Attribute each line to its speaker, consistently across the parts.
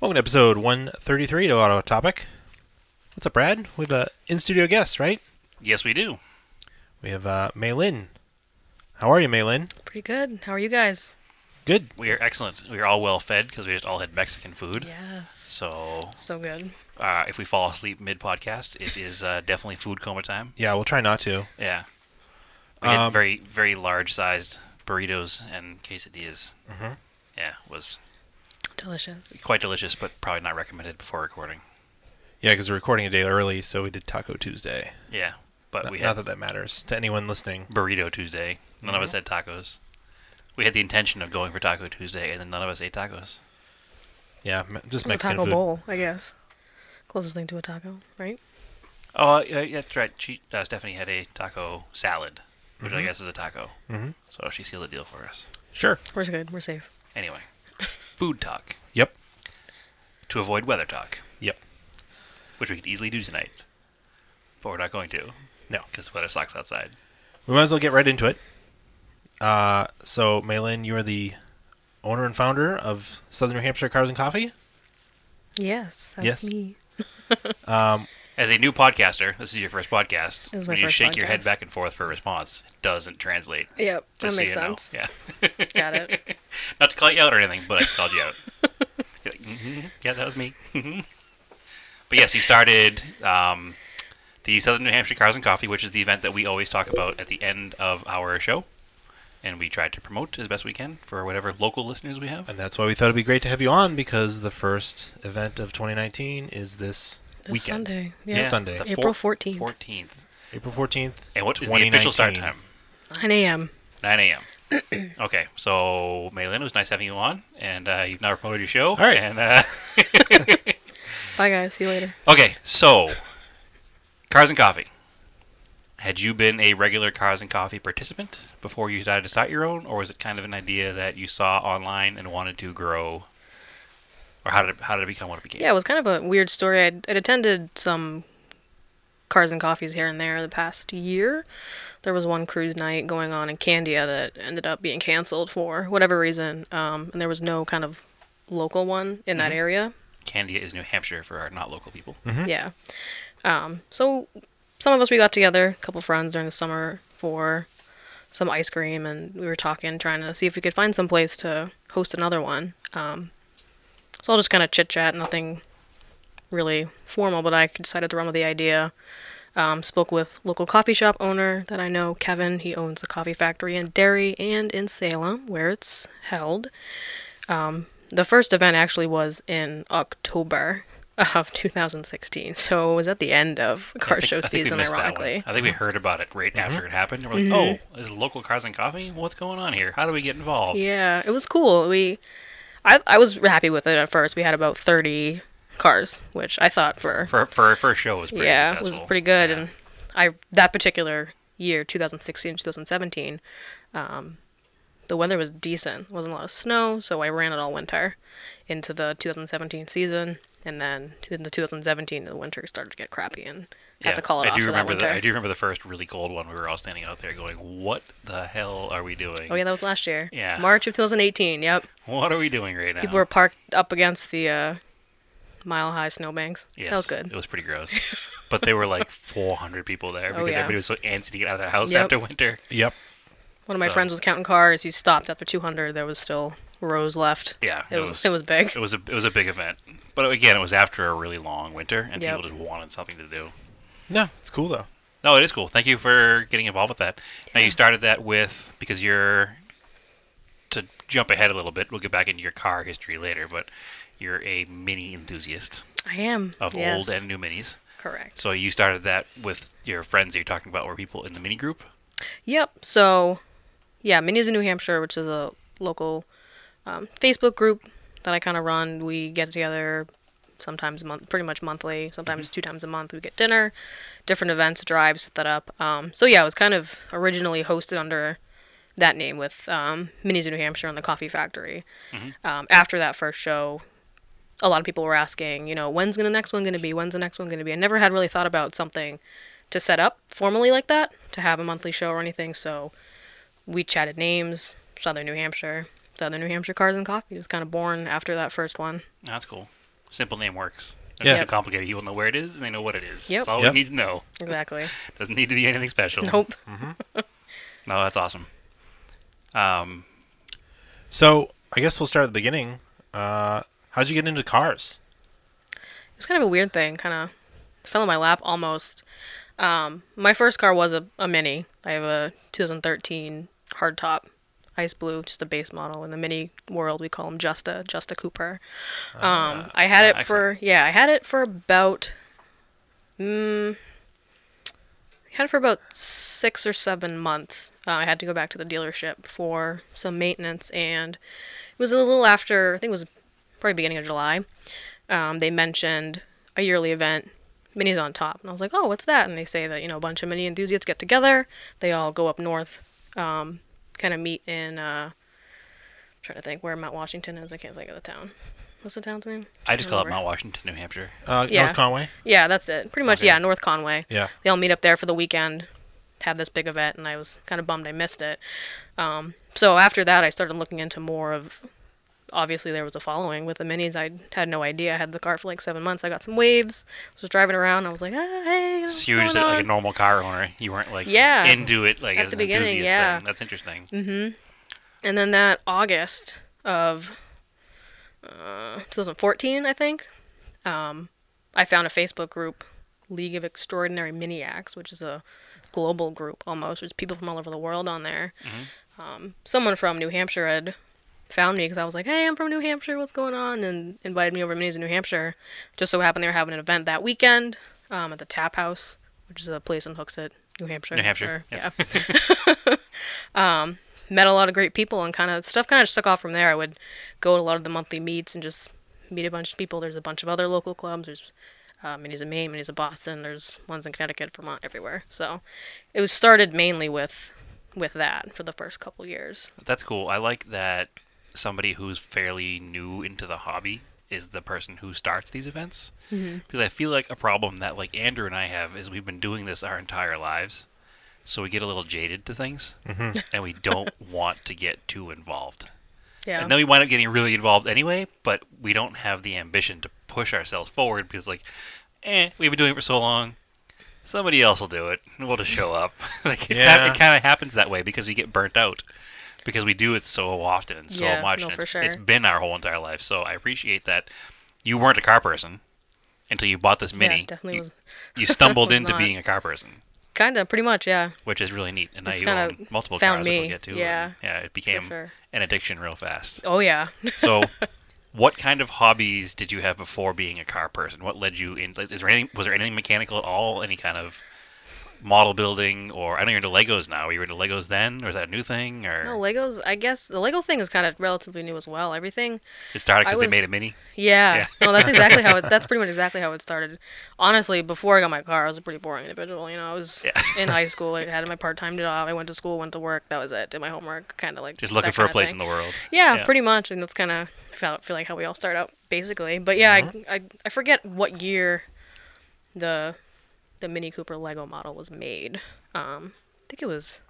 Speaker 1: Welcome to episode 133 to Auto Topic. What's up, Brad? We have a in studio guest, right?
Speaker 2: Yes, we do.
Speaker 1: We have uh, May Lin. How are you, May Lin?
Speaker 3: Pretty good. How are you guys?
Speaker 1: Good.
Speaker 2: We are excellent. We are all well fed because we just all had Mexican food.
Speaker 3: Yes.
Speaker 2: So
Speaker 3: So good.
Speaker 2: uh, if we fall asleep mid podcast, it is uh, definitely food coma time.
Speaker 1: Yeah, we'll try not to.
Speaker 2: Yeah. We had
Speaker 1: Um,
Speaker 2: very, very large sized burritos and quesadillas.
Speaker 1: Mhm.
Speaker 2: Yeah, was
Speaker 3: Delicious.
Speaker 2: quite delicious, but probably not recommended before recording.
Speaker 1: Yeah, because we're recording a day early, so we did Taco Tuesday.
Speaker 2: Yeah, but
Speaker 1: Not,
Speaker 2: Uh, we
Speaker 1: not
Speaker 2: had
Speaker 1: that that matters to anyone listening.
Speaker 2: burrito Tuesday. None of us had tacos. We had the intention of going for Taco Tuesday, and then none of us ate tacos.
Speaker 1: Yeah, me- just
Speaker 3: It was a
Speaker 1: Mexican
Speaker 3: taco
Speaker 1: food.
Speaker 3: bowl, I guess. Closest thing to a taco, right?
Speaker 2: Oh, yeah, yeah, that's right. She, uh, Stephanie had a taco salad, which I guess is a taco.
Speaker 1: Mhm.
Speaker 2: So she sealed the deal for us.
Speaker 1: Sure.
Speaker 3: We're good. We're safe.
Speaker 2: Anyway, food talk
Speaker 1: Yep.
Speaker 2: to avoid weather talk,
Speaker 1: Yep.
Speaker 2: which we could easily do tonight, but we're not going to
Speaker 1: No.
Speaker 2: because the weather sucks outside.
Speaker 1: We might as well get right into it. Uh, so, May Lin, you are the owner and founder of Southern New Hampshire Cars and Coffee.
Speaker 3: Yes. That's
Speaker 1: Yes.
Speaker 3: me.
Speaker 2: As a new podcaster, this is your first podcast.
Speaker 3: This is my
Speaker 2: when you
Speaker 3: first
Speaker 2: shake your head
Speaker 3: podcast.
Speaker 2: back and forth for a response, it doesn't translate.
Speaker 3: Yep.
Speaker 2: Just
Speaker 3: that makes
Speaker 2: so you
Speaker 3: sense.
Speaker 2: Know. Yeah,
Speaker 3: Got it.
Speaker 2: not to call you out or anything, but I called you out. You're like, "Mhm, yeah, that was me. Mhm." but yes, he started um, the Southern New Hampshire Cars and Coffee, which is the event that we always talk about at the end of our show, and we try to promote as best we can for whatever local listeners we have.
Speaker 1: And that's why we thought it'd be great to have you on because the first event of 2019 is this,
Speaker 3: This
Speaker 1: weekend,
Speaker 3: Sunday. Yeah.
Speaker 1: This Sunday.
Speaker 2: the
Speaker 3: April
Speaker 2: four-
Speaker 3: 14th.
Speaker 2: 14th.
Speaker 1: April 14th.
Speaker 2: And what is the official start time?
Speaker 3: 9 a.m.
Speaker 2: 9 a.m. okay, so Maylin, it was nice having you on, and uh, you've now promoted your show. All
Speaker 1: right.
Speaker 2: And, uh,
Speaker 3: Bye, guys. See you later.
Speaker 2: Okay, so Cars and Coffee. Had you been a regular Cars and Coffee participant before you decided to start your own, or was it kind of an idea that you saw online and wanted to grow? Or how did it, how did it become what it became?
Speaker 3: Yeah, it was kind of a weird story. I'd, I'd attended some cars and coffees here and there the past year. There was one cruise night going on in Candia that ended up being canceled for whatever reason, um, and there was no kind of local one in that area.
Speaker 2: Candia is New Hampshire for our not local people.
Speaker 3: Yeah. Um, so some of us we got together, a couple friends during the summer for some ice cream, and we were talking, trying to see if we could find some place to host another one. Um, so I'll just kind of chit chat, nothing really formal, but I decided to run with the idea. Um, spoke with local coffee shop owner that I know, Kevin. He owns a coffee factory in Derry and in Salem, where it's held. Um, the first event actually was in October of 2016, so it was at the end of car
Speaker 2: I think-
Speaker 3: show
Speaker 2: I think we
Speaker 3: season,
Speaker 2: missed that one.
Speaker 3: ironically. Mm-hmm.
Speaker 2: I think we heard about it right after it happened. and We're like, oh, is it local Cars and Coffee? What's going on here? How do we get involved?
Speaker 3: Yeah, it was cool. We, I, I was happy with it at first. We had about thirty cars, which I thought for,
Speaker 2: For, for our first show, it was pretty
Speaker 3: yeah, it
Speaker 2: successful.
Speaker 3: was pretty good.
Speaker 2: Yeah.
Speaker 3: And I that particular year, 2016, 2017, um, the weather was decent. It wasn't a lot of snow, so I ran it all winter into the 2017 season, and then to in the 2017 the winter started to get crappy and had to call it
Speaker 2: I
Speaker 3: off
Speaker 2: do
Speaker 3: for that
Speaker 2: remember
Speaker 3: winter.
Speaker 2: The, I do remember the first really cold one. We were all standing out there going, "What the hell are we doing?
Speaker 3: Oh yeah, that was last year.
Speaker 2: Yeah.
Speaker 3: March of 2018. Yep.
Speaker 2: What are we doing right now?"
Speaker 3: People were parked up against the uh, mile high snowbanks.
Speaker 2: yes,
Speaker 3: That was good.
Speaker 2: It was pretty gross, but there were like 400 people there because
Speaker 3: Oh, yeah.
Speaker 2: everybody was so antsy to get out of their house
Speaker 3: Yep.
Speaker 2: after winter.
Speaker 1: Yep.
Speaker 3: One of my
Speaker 2: so-
Speaker 3: friends was counting cars. He stopped after 200. There was still rows left.
Speaker 2: Yeah,
Speaker 3: It, was, it was big.
Speaker 2: it was a it was a big event, but again, it was after a really long winter, and
Speaker 3: Yep.
Speaker 2: people just wanted something to do.
Speaker 1: No, it's cool though.
Speaker 2: No, it is cool. Thank you for getting involved with that. Now you started that with because you're to jump ahead a little bit. We'll get back into your car history later, but you're a mini enthusiast.
Speaker 3: I am.
Speaker 2: of
Speaker 3: yes.
Speaker 2: old and new minis.
Speaker 3: Correct.
Speaker 2: So you started that with your friends that you're talking about were people in the mini group.
Speaker 3: Yep. So, yeah, Minis in New Hampshire, which is a local um, Facebook group that I kind of run. We get together sometimes month, pretty much monthly. Sometimes two times a month. We get dinner, different events, drives, set that up. Um, so yeah, it was kind of originally hosted under that name with um, Minis in New Hampshire and the Coffee Factory. Um, after that first show, a lot of people were asking, you know, when's gonna next one gonna be? When's the next one gonna be? I never had really thought about something to set up formally like that to have a monthly show or anything. So we chatted names, Southern New Hampshire, Southern New Hampshire Cars and Coffee was kind of born after that first one.
Speaker 2: That's cool. Simple name works. Don't
Speaker 1: Yeah.
Speaker 2: yeah. too complicated. People know where it is and they know what it is.
Speaker 3: Yep.
Speaker 2: That's all
Speaker 1: Yep.
Speaker 2: we need to know.
Speaker 3: Exactly.
Speaker 2: Doesn't need to be anything special.
Speaker 3: Nope.
Speaker 2: No, that's awesome. Um,
Speaker 1: So I guess we'll start at the beginning. Uh, how'd you get into cars?
Speaker 3: It was kind of a weird thing. Kind of fell in my lap almost. Um, my first car was a, a Mini. I have a 2013 hardtop, ice blue, just a base model. In the Mini world, we call them Justa, Justa Cooper. Um, I had it
Speaker 2: ah,
Speaker 3: for yeah, I had it for about, mm, I had it for about six or seven months. Uh, I had to go back to the dealership for some maintenance, and it was a little after. I think it was probably beginning of July um, they mentioned a yearly event, Minis on Top. And I was like, oh, what's that? And they say that, you know, a bunch of mini enthusiasts get together. They all go up north, um, kind of meet in, uh, I'm trying to think where Mount Washington is. I can't think of the town. What's the town's name?
Speaker 2: I just call it
Speaker 3: Over.
Speaker 2: Mount Washington, New Hampshire.
Speaker 1: Uh,
Speaker 3: Yeah.
Speaker 1: North Conway.
Speaker 3: Yeah, that's it. Pretty much,
Speaker 2: Okay.
Speaker 3: yeah, North Conway.
Speaker 1: Yeah.
Speaker 3: They all meet up there for the weekend, have this big event, and I was kind of bummed I missed it. Um, so after that, I started looking into more of. Obviously, there was a following with the minis. I had no idea. I had the car for like seven months. I got some waves. I was just driving around. I was like, ah, hey, what's
Speaker 2: So you were just
Speaker 3: going
Speaker 2: like
Speaker 3: on?"
Speaker 2: a normal car owner. You weren't like
Speaker 3: Yeah.
Speaker 2: into it like
Speaker 3: At
Speaker 2: as
Speaker 3: the
Speaker 2: an
Speaker 3: beginning,
Speaker 2: enthusiast.
Speaker 3: yeah. Mm.
Speaker 2: Then. That's interesting.
Speaker 3: And then that August of uh, 2014, I think, um, I found a Facebook group, League of Extraordinary Miniacs, which is a global group almost. There's people from all over the world on there.
Speaker 2: Mm-hmm.
Speaker 3: Um, someone from New Hampshire had found me because I was like, hey, I'm from New Hampshire, what's going on? And invited me over to Minis in New Hampshire. Just so happened they were having an event that weekend um, at the Tap House, which is a place in Hooksett, New Hampshire.
Speaker 2: New Hampshire,
Speaker 3: Or-
Speaker 2: yes.
Speaker 3: Yeah met a lot of great people and kind of stuff kind of just took off from there. I would go to a lot of the monthly meets and just meet a bunch of people. There's a bunch of other local clubs. There's uh, minis in Maine, minis in Boston. There's ones in Connecticut, Vermont, everywhere. So it was started mainly with with that for the first couple years.
Speaker 2: That's cool. I like that somebody who's fairly new into the hobby is the person who starts these events
Speaker 3: Mm-hmm.
Speaker 2: because I feel like a problem that like Andrew and I have is we've been doing this our entire lives, so we get a little jaded to things and we don't want to get too involved.
Speaker 3: Yeah.
Speaker 2: And then we wind up getting really involved anyway, but we don't have the ambition to push ourselves forward because, like, eh, we've been doing it for so long. Somebody else will do it. and We'll just show up. like, it's hap-
Speaker 1: Yeah.
Speaker 2: it kind of happens that way because we get burnt out because we do it so often and so
Speaker 3: Yeah,
Speaker 2: much.
Speaker 3: no,
Speaker 2: and
Speaker 3: for
Speaker 2: it's, it's
Speaker 3: sure.
Speaker 2: been our whole entire life. So I appreciate that you weren't a car person until you bought this mini.
Speaker 3: definitely
Speaker 2: you,
Speaker 3: was-
Speaker 2: you stumbled
Speaker 3: was
Speaker 2: into
Speaker 3: not.
Speaker 2: being a car person,
Speaker 3: kind of, pretty much, yeah.
Speaker 2: which is really neat. And now
Speaker 3: It's
Speaker 2: you
Speaker 3: kinda
Speaker 2: own multiple
Speaker 3: found
Speaker 2: cars, which
Speaker 3: me,
Speaker 2: we'll get to. and,
Speaker 3: yeah,
Speaker 2: yeah, it became
Speaker 3: sure.
Speaker 2: an addiction real fast.
Speaker 3: Oh yeah.
Speaker 2: So, what kind of hobbies did you have before being a car person? What led you in? Is there any? Was there anything mechanical at all? Any kind of model building, or I know you're into Legos now. Were you into Legos then, or is that a new thing? Or
Speaker 3: no, Legos. I guess the Lego thing is kind of relatively new as well. Everything
Speaker 2: it started
Speaker 3: I
Speaker 2: because
Speaker 3: was-
Speaker 2: they made a mini.
Speaker 3: Yeah.
Speaker 2: Yeah.
Speaker 3: No, that's exactly how it that's pretty much exactly how it started. Honestly, before I got my car, I was a pretty boring individual, you know. I was
Speaker 2: Yeah.
Speaker 3: in high school, I had my part-time job, I went to school, went to work, that was it. Did my homework, kind of like
Speaker 2: Just looking for a place in the world.
Speaker 3: Yeah,
Speaker 2: Yeah.
Speaker 3: pretty much, and that's kind of I feel, feel like how we all start out basically. But yeah, I, I I forget what year the the Mini Cooper Lego model was made. Um, I think it was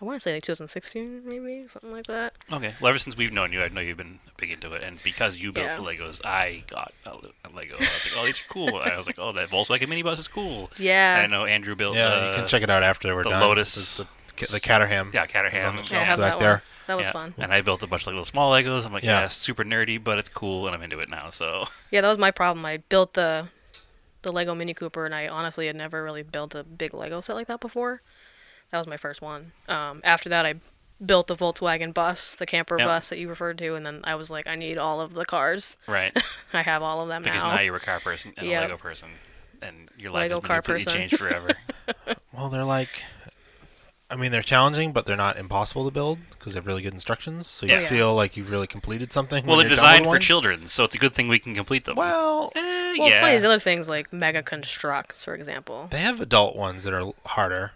Speaker 3: I want to say like 2016 maybe, something like that.
Speaker 2: Okay. Well, ever since we've known you, I know you've been big into it, and because you built
Speaker 3: Yeah.
Speaker 2: the Legos, I got a, Le- a Lego. I was like, oh, these are cool. And I was like, oh, that Volkswagen minibus is cool.
Speaker 3: Yeah.
Speaker 2: And I know Andrew built.
Speaker 1: Yeah,
Speaker 2: uh,
Speaker 1: you can check it out after we're
Speaker 2: the
Speaker 1: done.
Speaker 2: Lotus-
Speaker 1: This is the, the Caterham.
Speaker 2: Yeah, Caterham.
Speaker 1: It's on the
Speaker 3: Yeah, I
Speaker 1: shelf.
Speaker 3: have
Speaker 1: Back
Speaker 3: that
Speaker 1: there.
Speaker 3: one. That was
Speaker 2: Yeah.
Speaker 3: fun.
Speaker 2: And I built a bunch of like little small Legos. I'm like,
Speaker 1: Yeah.
Speaker 2: yeah. super nerdy, but it's cool, and I'm into it now. So
Speaker 3: Yeah, that was my problem. I built the the Lego Mini Cooper, and I honestly had never really built a big Lego set like that before. That was my first one. Um, after that, I built the Volkswagen bus, the camper
Speaker 2: Yep.
Speaker 3: bus that you referred to, and then I was like, I need all of the cars.
Speaker 2: right,
Speaker 3: I have all of them
Speaker 2: because
Speaker 3: now.
Speaker 2: now you're a car person and
Speaker 3: Yep.
Speaker 2: a Lego person, and your life
Speaker 3: Lego
Speaker 2: has been
Speaker 3: car
Speaker 2: completely
Speaker 3: person.
Speaker 2: changed forever.
Speaker 1: Well, they're like, I mean, they're challenging, but they're not impossible to build because they have really good instructions. So you
Speaker 3: Yeah. Yeah.
Speaker 1: feel like you've really completed something.
Speaker 2: well,
Speaker 1: when you're
Speaker 2: they're
Speaker 1: done
Speaker 2: designed
Speaker 1: with
Speaker 2: for
Speaker 1: one.
Speaker 2: children, so it's a good thing we can complete them.
Speaker 1: Well,
Speaker 2: Eh,
Speaker 3: well, it's
Speaker 2: yeah.
Speaker 3: funny. These other things like Mega Constructs, for example.
Speaker 1: they have adult ones that are harder.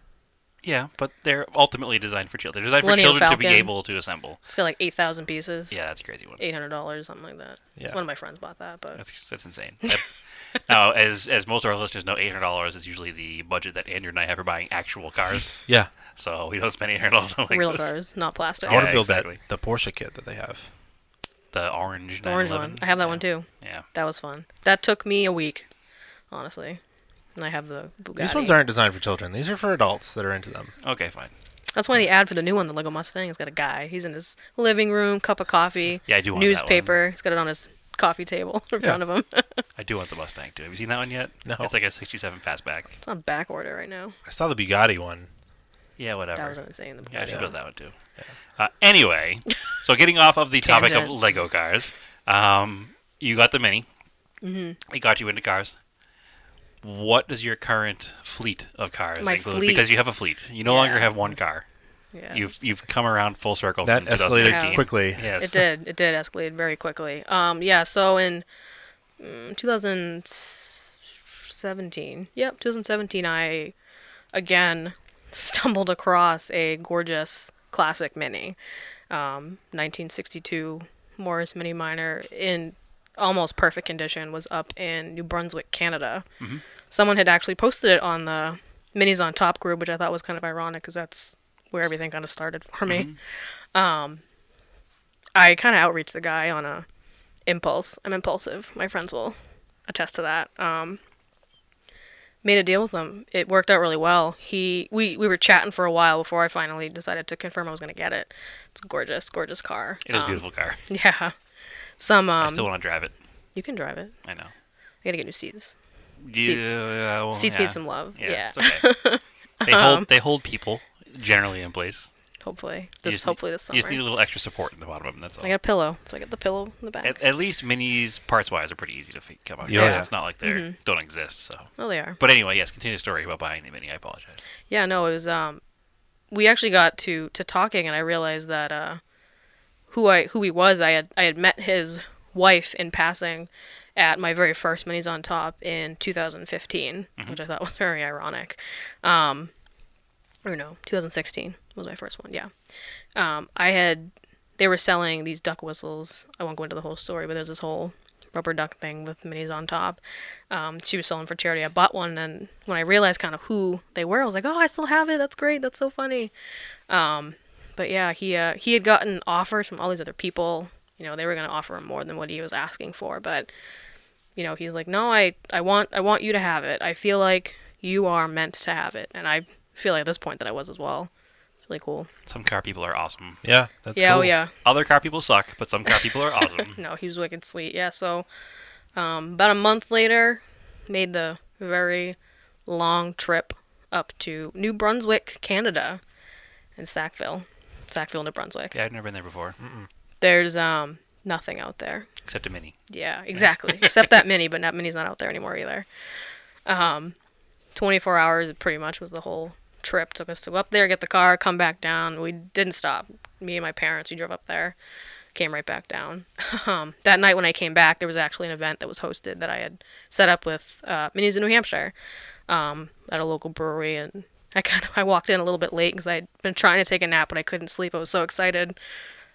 Speaker 2: yeah, but they're ultimately designed for children. They're designed
Speaker 3: Millennium
Speaker 2: for children to be
Speaker 3: Falcon.
Speaker 2: able to assemble.
Speaker 3: It's got like eight thousand pieces.
Speaker 2: Yeah, that's a crazy one.
Speaker 3: Eight hundred dollars, something like that.
Speaker 1: Yeah.
Speaker 3: One of my friends bought that, but
Speaker 2: That's that's insane. That- now, as as most of our listeners know, eight hundred dollars is usually the budget that Andrew and I have for buying actual cars.
Speaker 1: Yeah,
Speaker 2: so we don't spend eight hundred dollars on Legos.
Speaker 3: real cars, not plastic.
Speaker 1: I want
Speaker 2: Yeah,
Speaker 1: to build
Speaker 2: exactly.
Speaker 1: that the Porsche kit that they have.
Speaker 2: the orange.
Speaker 3: The orange
Speaker 2: 911.
Speaker 3: one. I have that
Speaker 2: yeah.
Speaker 3: one too.
Speaker 2: Yeah.
Speaker 3: That was fun. That took me a week, honestly. And I have the Bugatti.
Speaker 1: These ones aren't designed for children. These are for adults that are into them.
Speaker 2: Okay, fine.
Speaker 3: That's why the ad for the new one, the Lego Mustang, has got a guy. He's in his living room, cup of coffee.
Speaker 2: Yeah, I do want that one.
Speaker 3: newspaper. He's got it on his coffee table in
Speaker 1: Yeah.
Speaker 3: front of him. it's
Speaker 2: I do want the Mustang too. Have you seen that one yet?
Speaker 1: No.
Speaker 2: It's like a '67 fastback.
Speaker 3: on back order right now.
Speaker 1: I saw the Bugatti one.
Speaker 2: Yeah, whatever.
Speaker 3: That was insane. The
Speaker 2: Yeah, I
Speaker 3: Bugatti
Speaker 2: should
Speaker 3: one.
Speaker 2: build that one too. Uh, anyway, so getting off of the topic of
Speaker 3: Tangent.
Speaker 2: Lego cars, um, you got the Mini.
Speaker 3: Mm-hmm.
Speaker 2: It got you into cars. What does your current fleet of cars
Speaker 3: My
Speaker 2: include?
Speaker 3: fleet.
Speaker 2: Because you have a fleet. You no longer
Speaker 3: Yeah.
Speaker 2: have one car.
Speaker 3: Yeah.
Speaker 2: You've you've come around full circle.
Speaker 1: That
Speaker 2: from
Speaker 1: escalated
Speaker 2: 2013.
Speaker 1: quickly.
Speaker 2: Yes.
Speaker 3: It did. It did escalate very quickly. Um, yeah. So in mm, 2017, yep, 2017, I again stumbled across a gorgeous classic Mini, um, 1962 Morris Mini Minor in almost perfect condition was up in New Brunswick, Canada. Someone had actually posted it on the Minis on Top group, which I thought was kind of ironic because that's where everything kind of started for me.
Speaker 2: Mm-hmm.
Speaker 3: Um, I kind of outreached the guy on a impulse. I'm impulsive. My friends will attest to that. Um, made a deal with him. It worked out really well. He we we were chatting for a while before I finally decided to confirm I was going to get it. It's a gorgeous, gorgeous car.
Speaker 2: It is a
Speaker 3: Um,
Speaker 2: beautiful car.
Speaker 3: Yeah. Some um
Speaker 2: I still want to drive it.
Speaker 3: you can drive it.
Speaker 2: I know.
Speaker 3: I got to get new seats.
Speaker 2: Yeah, well,
Speaker 3: seats
Speaker 2: yeah.
Speaker 3: need some love.
Speaker 2: Yeah,
Speaker 3: Yeah. Um,
Speaker 2: it's okay. they hold they hold people generally in place.
Speaker 3: Hopefully.
Speaker 2: You
Speaker 3: This
Speaker 2: just need-
Speaker 3: hopefully this summer.
Speaker 2: You just need a little extra support in the bottom of them. That's all.
Speaker 3: I got a pillow. So I got the pillow in the back.
Speaker 2: At, at least minis parts wise are pretty easy to fi- come up.
Speaker 1: Yeah.
Speaker 2: Yeah. It's not like they are
Speaker 3: Mm-hmm.
Speaker 2: don't exist. So,
Speaker 3: oh, they are.
Speaker 2: but anyway, yes. Continue the story about buying the mini. I apologize.
Speaker 3: Yeah, no, it was um we actually got to to talking and I realized that uh who I who he was, I had I had met his wife in passing at my very first Minis on Top in 2015,
Speaker 2: Mm-hmm.
Speaker 3: which I thought was very ironic. Um or no, 2016 was my first one, yeah. Um I had they were selling these duck whistles. I won't go into the whole story, but there's this whole rubber duck thing with minis on top. Um, she was selling for charity. I bought one, and when I realized kind of who they were, I was like, "Oh, I still have it. That's great. That's so funny." Um, but yeah, he uh, he had gotten offers from all these other people. You know, they were going to offer him more than what he was asking for, but you know, he's like, "No, I I want I want you to have it. I feel like you are meant to have it." And I feel like at this point that I was as well. It's really cool.
Speaker 2: Some car people are awesome.
Speaker 1: Yeah, that's
Speaker 3: yeah,
Speaker 1: cool.
Speaker 3: oh yeah.
Speaker 2: Other car people suck, but some car people are awesome.
Speaker 3: No, he was wicked sweet. Yeah, so um, about a month later, made the very long trip up to New Brunswick, Canada, and Sackville, Sackville, New Brunswick.
Speaker 2: Yeah, I've never been there before,
Speaker 3: There's um, nothing out there.
Speaker 2: except a mini.
Speaker 3: Yeah, exactly. Except that mini, but not mini's not out there anymore either. Um, 24 hours pretty much was the whole trip. Took us to go up there, get the car, come back down. We didn't stop. Me and my parents, we drove up there, came right back down. Um, that night when I came back, there was actually an event that was hosted that I had set up with uh, Minis in New Hampshire um, at a local brewery, and I kind of I walked in a little bit late because I'd been trying to take a nap, but I couldn't sleep. I was so excited.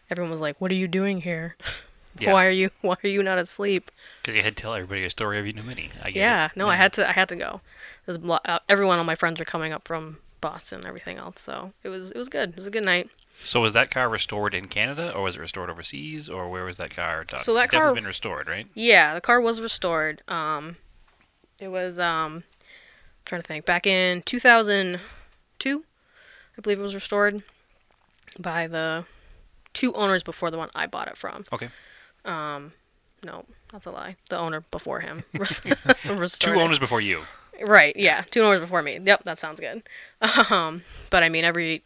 Speaker 3: Everyone was like, "What are you doing here?
Speaker 2: Yeah.
Speaker 3: Why are you Why are you not asleep?"
Speaker 2: Because you had to tell everybody a story of your new mini. I get
Speaker 3: Yeah,
Speaker 2: it.
Speaker 3: no, I had to. I had to go. There's a lot- uh, everyone, all my friends were coming up from Boston and everything else, so it was it was good. It was a good night.
Speaker 2: So was that car restored in Canada, or was it restored overseas, or where was that car done?
Speaker 3: So that
Speaker 2: it's
Speaker 3: car-
Speaker 2: definitely been restored, right?
Speaker 3: Yeah, the car was restored. Um, it was um, I'm trying to think. Back in 2002, I believe it was restored by the two owners before the one I bought it from.
Speaker 2: Okay.
Speaker 3: No, that's a lie. The owner before him. res-
Speaker 2: Two
Speaker 3: restored it.
Speaker 2: owners before you.
Speaker 3: Right, yeah. Two hours before me. Yep, that sounds good. Um, but I mean, every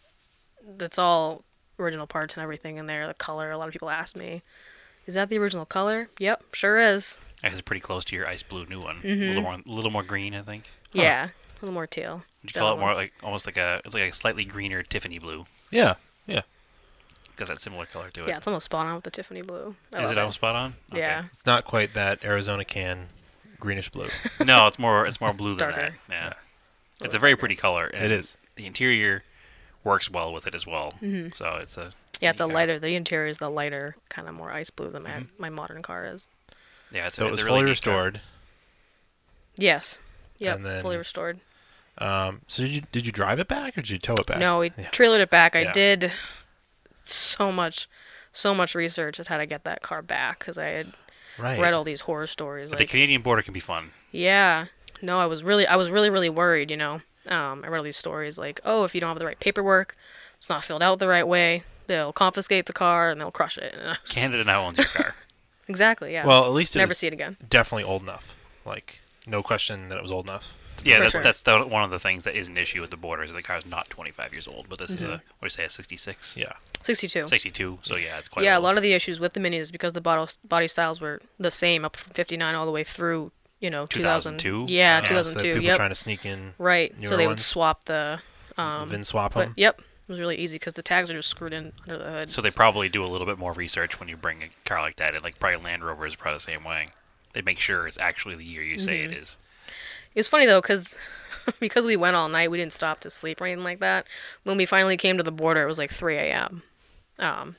Speaker 3: that's all original parts and everything in there. The color. A lot of people ask me, "Is that the original color?" Yep, sure is.
Speaker 2: I guess it's pretty close to your ice blue new one.
Speaker 3: Mm-hmm.
Speaker 2: A little more, little more green, I think.
Speaker 3: Yeah, a little more teal.
Speaker 2: Would you call it
Speaker 3: That
Speaker 2: more
Speaker 3: one.
Speaker 2: like almost like a? It's like a slightly greener Tiffany blue.
Speaker 1: Yeah, yeah.
Speaker 2: Got that similar color to it.
Speaker 3: Yeah, it's almost spot on with the Tiffany blue. I
Speaker 2: Is
Speaker 3: love
Speaker 2: it almost spot on? Okay.
Speaker 3: Yeah.
Speaker 1: It's not quite that Arizona can greenish blue.
Speaker 2: no, it's more it's more blue than that.
Speaker 3: Darker.
Speaker 2: Yeah. It's a very pretty color. And
Speaker 1: It is.
Speaker 2: The interior works well with it as well. So it's a
Speaker 3: Mm-hmm. Yeah, it's a
Speaker 2: neat car.
Speaker 3: lighter. The interior is the lighter, kind of more ice blue than my,
Speaker 2: Mm-hmm.
Speaker 3: my modern car is.
Speaker 2: Yeah, it's,
Speaker 1: So it
Speaker 2: it's
Speaker 1: was
Speaker 2: a
Speaker 1: fully
Speaker 2: really neat car.
Speaker 1: restored.
Speaker 3: Yes. Yep.
Speaker 1: And then-
Speaker 3: fully restored.
Speaker 1: Um, so did you did you drive it back or did you tow it back?
Speaker 3: No, we
Speaker 1: Yeah.
Speaker 3: trailered it back. I
Speaker 1: Yeah.
Speaker 3: did so much, so much research at how to get that car back because I had
Speaker 1: Right.
Speaker 3: read all these horror stories.
Speaker 2: But the
Speaker 3: Like,
Speaker 2: Canadian border can be fun.
Speaker 3: yeah, no, I was really, I was really, really worried. You know, um, I read all these stories like, oh, if you don't have the right paperwork, it's not filled out the right way, they'll confiscate the car and they'll crush it. And I was-
Speaker 2: Canada now owns your car.
Speaker 3: exactly, yeah.
Speaker 1: Well, at least it
Speaker 3: never
Speaker 1: was
Speaker 3: see it again.
Speaker 1: definitely old enough. Like, no question that it was old enough.
Speaker 2: Yeah,
Speaker 3: For
Speaker 2: that's
Speaker 3: sure.
Speaker 2: that's the, one of the things that is an issue at the border is that the car's not 25 years old, but this
Speaker 3: Mm-hmm.
Speaker 2: is a what do you say a 66,
Speaker 1: Yeah.
Speaker 3: 62.
Speaker 2: 62. So yeah, it's quite.
Speaker 3: yeah,
Speaker 2: old.
Speaker 3: a lot of the issues with the Mini is because the bottle, body styles were the same up from 59 all the way through, you know, 2000.
Speaker 2: 2002? Yeah,
Speaker 3: Yeah,
Speaker 2: so
Speaker 1: Uh, So
Speaker 3: 2002.
Speaker 1: people
Speaker 3: yep.
Speaker 1: trying to sneak in,
Speaker 3: right.
Speaker 1: newer
Speaker 3: So they would
Speaker 1: ones.
Speaker 3: swap the. Um,
Speaker 1: VIN swap
Speaker 3: but
Speaker 1: them.
Speaker 3: yep, it was really easy because the tags are just screwed in under the hood.
Speaker 2: So they probably do a little bit more research when you bring a car like that in. Like probably Land Rover is probably the same way. They make sure it's actually the year you say
Speaker 3: Mm-hmm.
Speaker 2: it is.
Speaker 3: It was funny though, cause because we went all night, we didn't stop to sleep or anything like that. When we finally came to the border, it was like 3 a.m. Um,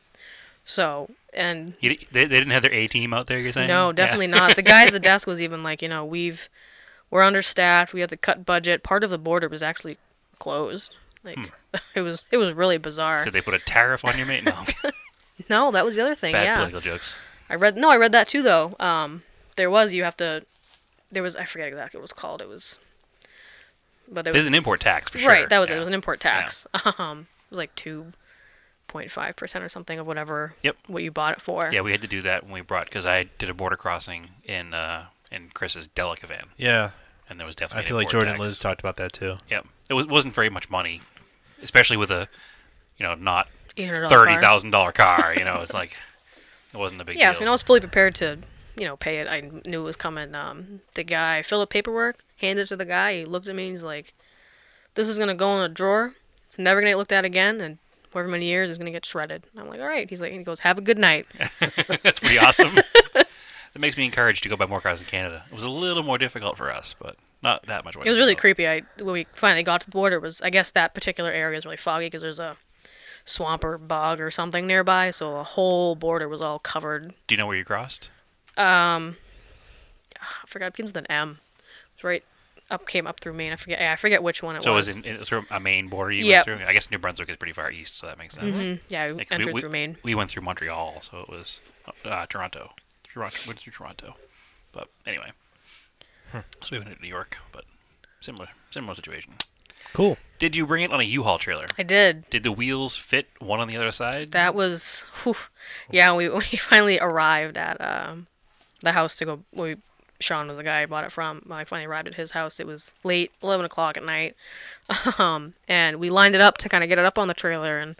Speaker 3: so and
Speaker 2: You, di- they, they didn't have their A team out there. You're saying?
Speaker 3: No,
Speaker 2: Yeah.
Speaker 3: definitely not. The guy at the desk was even like, you know, we've we're understaffed. We have to cut budget. Part of the border was actually closed. Like
Speaker 2: Hmm.
Speaker 3: it was it was really bizarre.
Speaker 2: Did they put a tariff on your mate? No,
Speaker 3: No, that was the other thing.
Speaker 2: bad
Speaker 3: yeah,
Speaker 2: political jokes.
Speaker 3: I read no, I read that too though. Um, there was you have to. There was I forget exactly what it was called. It was, but there
Speaker 2: This
Speaker 3: was
Speaker 2: is an import tax for sure.
Speaker 3: right. That was it.
Speaker 2: Yeah.
Speaker 3: It was an import tax. Um, it was like two point five percent or something of whatever.
Speaker 2: Yep.
Speaker 3: What you bought it for.
Speaker 2: Yeah, we had to do that when we brought because I did a border crossing in uh, in Chris's Delica van,
Speaker 1: Yeah.
Speaker 2: and there was
Speaker 1: I
Speaker 2: definitely. an
Speaker 1: feel like
Speaker 2: import
Speaker 1: Jordan
Speaker 2: tax.
Speaker 1: and Liz talked about that too.
Speaker 2: Yep, it was, wasn't very much money, especially with a, you know, not
Speaker 3: $800 car.
Speaker 2: thirty thousand dollar car. You know, it's like it wasn't a big
Speaker 3: Yeah,
Speaker 2: deal.
Speaker 3: so I, mean, I was fully prepared to, you know, pay it. I knew it was coming. Um, the guy filled up paperwork, handed it to the guy. He looked at me and he's like, "This is gonna go in a drawer. It's never gonna get looked at again, and however many years is gonna get shredded." And I'm like, "All right." He's like, and he goes, "Have a good night."
Speaker 2: That's pretty awesome. that makes me encouraged to go buy more cars in Canada. It was a little more difficult for us, but not that much. more
Speaker 3: It was really
Speaker 2: difficult.
Speaker 3: creepy. I when we finally got to the border it was I guess that particular area is really foggy because there's a swamp or bog or something nearby, so the whole border was all covered.
Speaker 2: Do you know where you crossed?
Speaker 3: I forgot it begins with an M. It's right up came up through Maine. I forget. Yeah, I forget which one it
Speaker 2: So it
Speaker 3: was.
Speaker 2: was in, it was from a Maine border you
Speaker 3: Yep.
Speaker 2: went through. I guess New Brunswick is pretty far east, so that makes sense.
Speaker 3: Mhm. Yeah, we
Speaker 2: Yeah, 'cause
Speaker 3: entered
Speaker 2: we,
Speaker 3: through Maine.
Speaker 2: We went through Montreal, so it was uh, Toronto. Toronto. Went through Toronto, but anyway. So we went to New York, but similar similar situation.
Speaker 1: Cool.
Speaker 2: Did you bring it on a U-Haul trailer?
Speaker 3: I did.
Speaker 2: Did the wheels fit one on the other side?
Speaker 3: That was, whew. yeah. We we finally arrived at um, the house to go. We Sean was the guy I bought it from. I finally arrived at his house. It was late, eleven o'clock at night, um, and we lined it up to kind of get it up on the trailer, and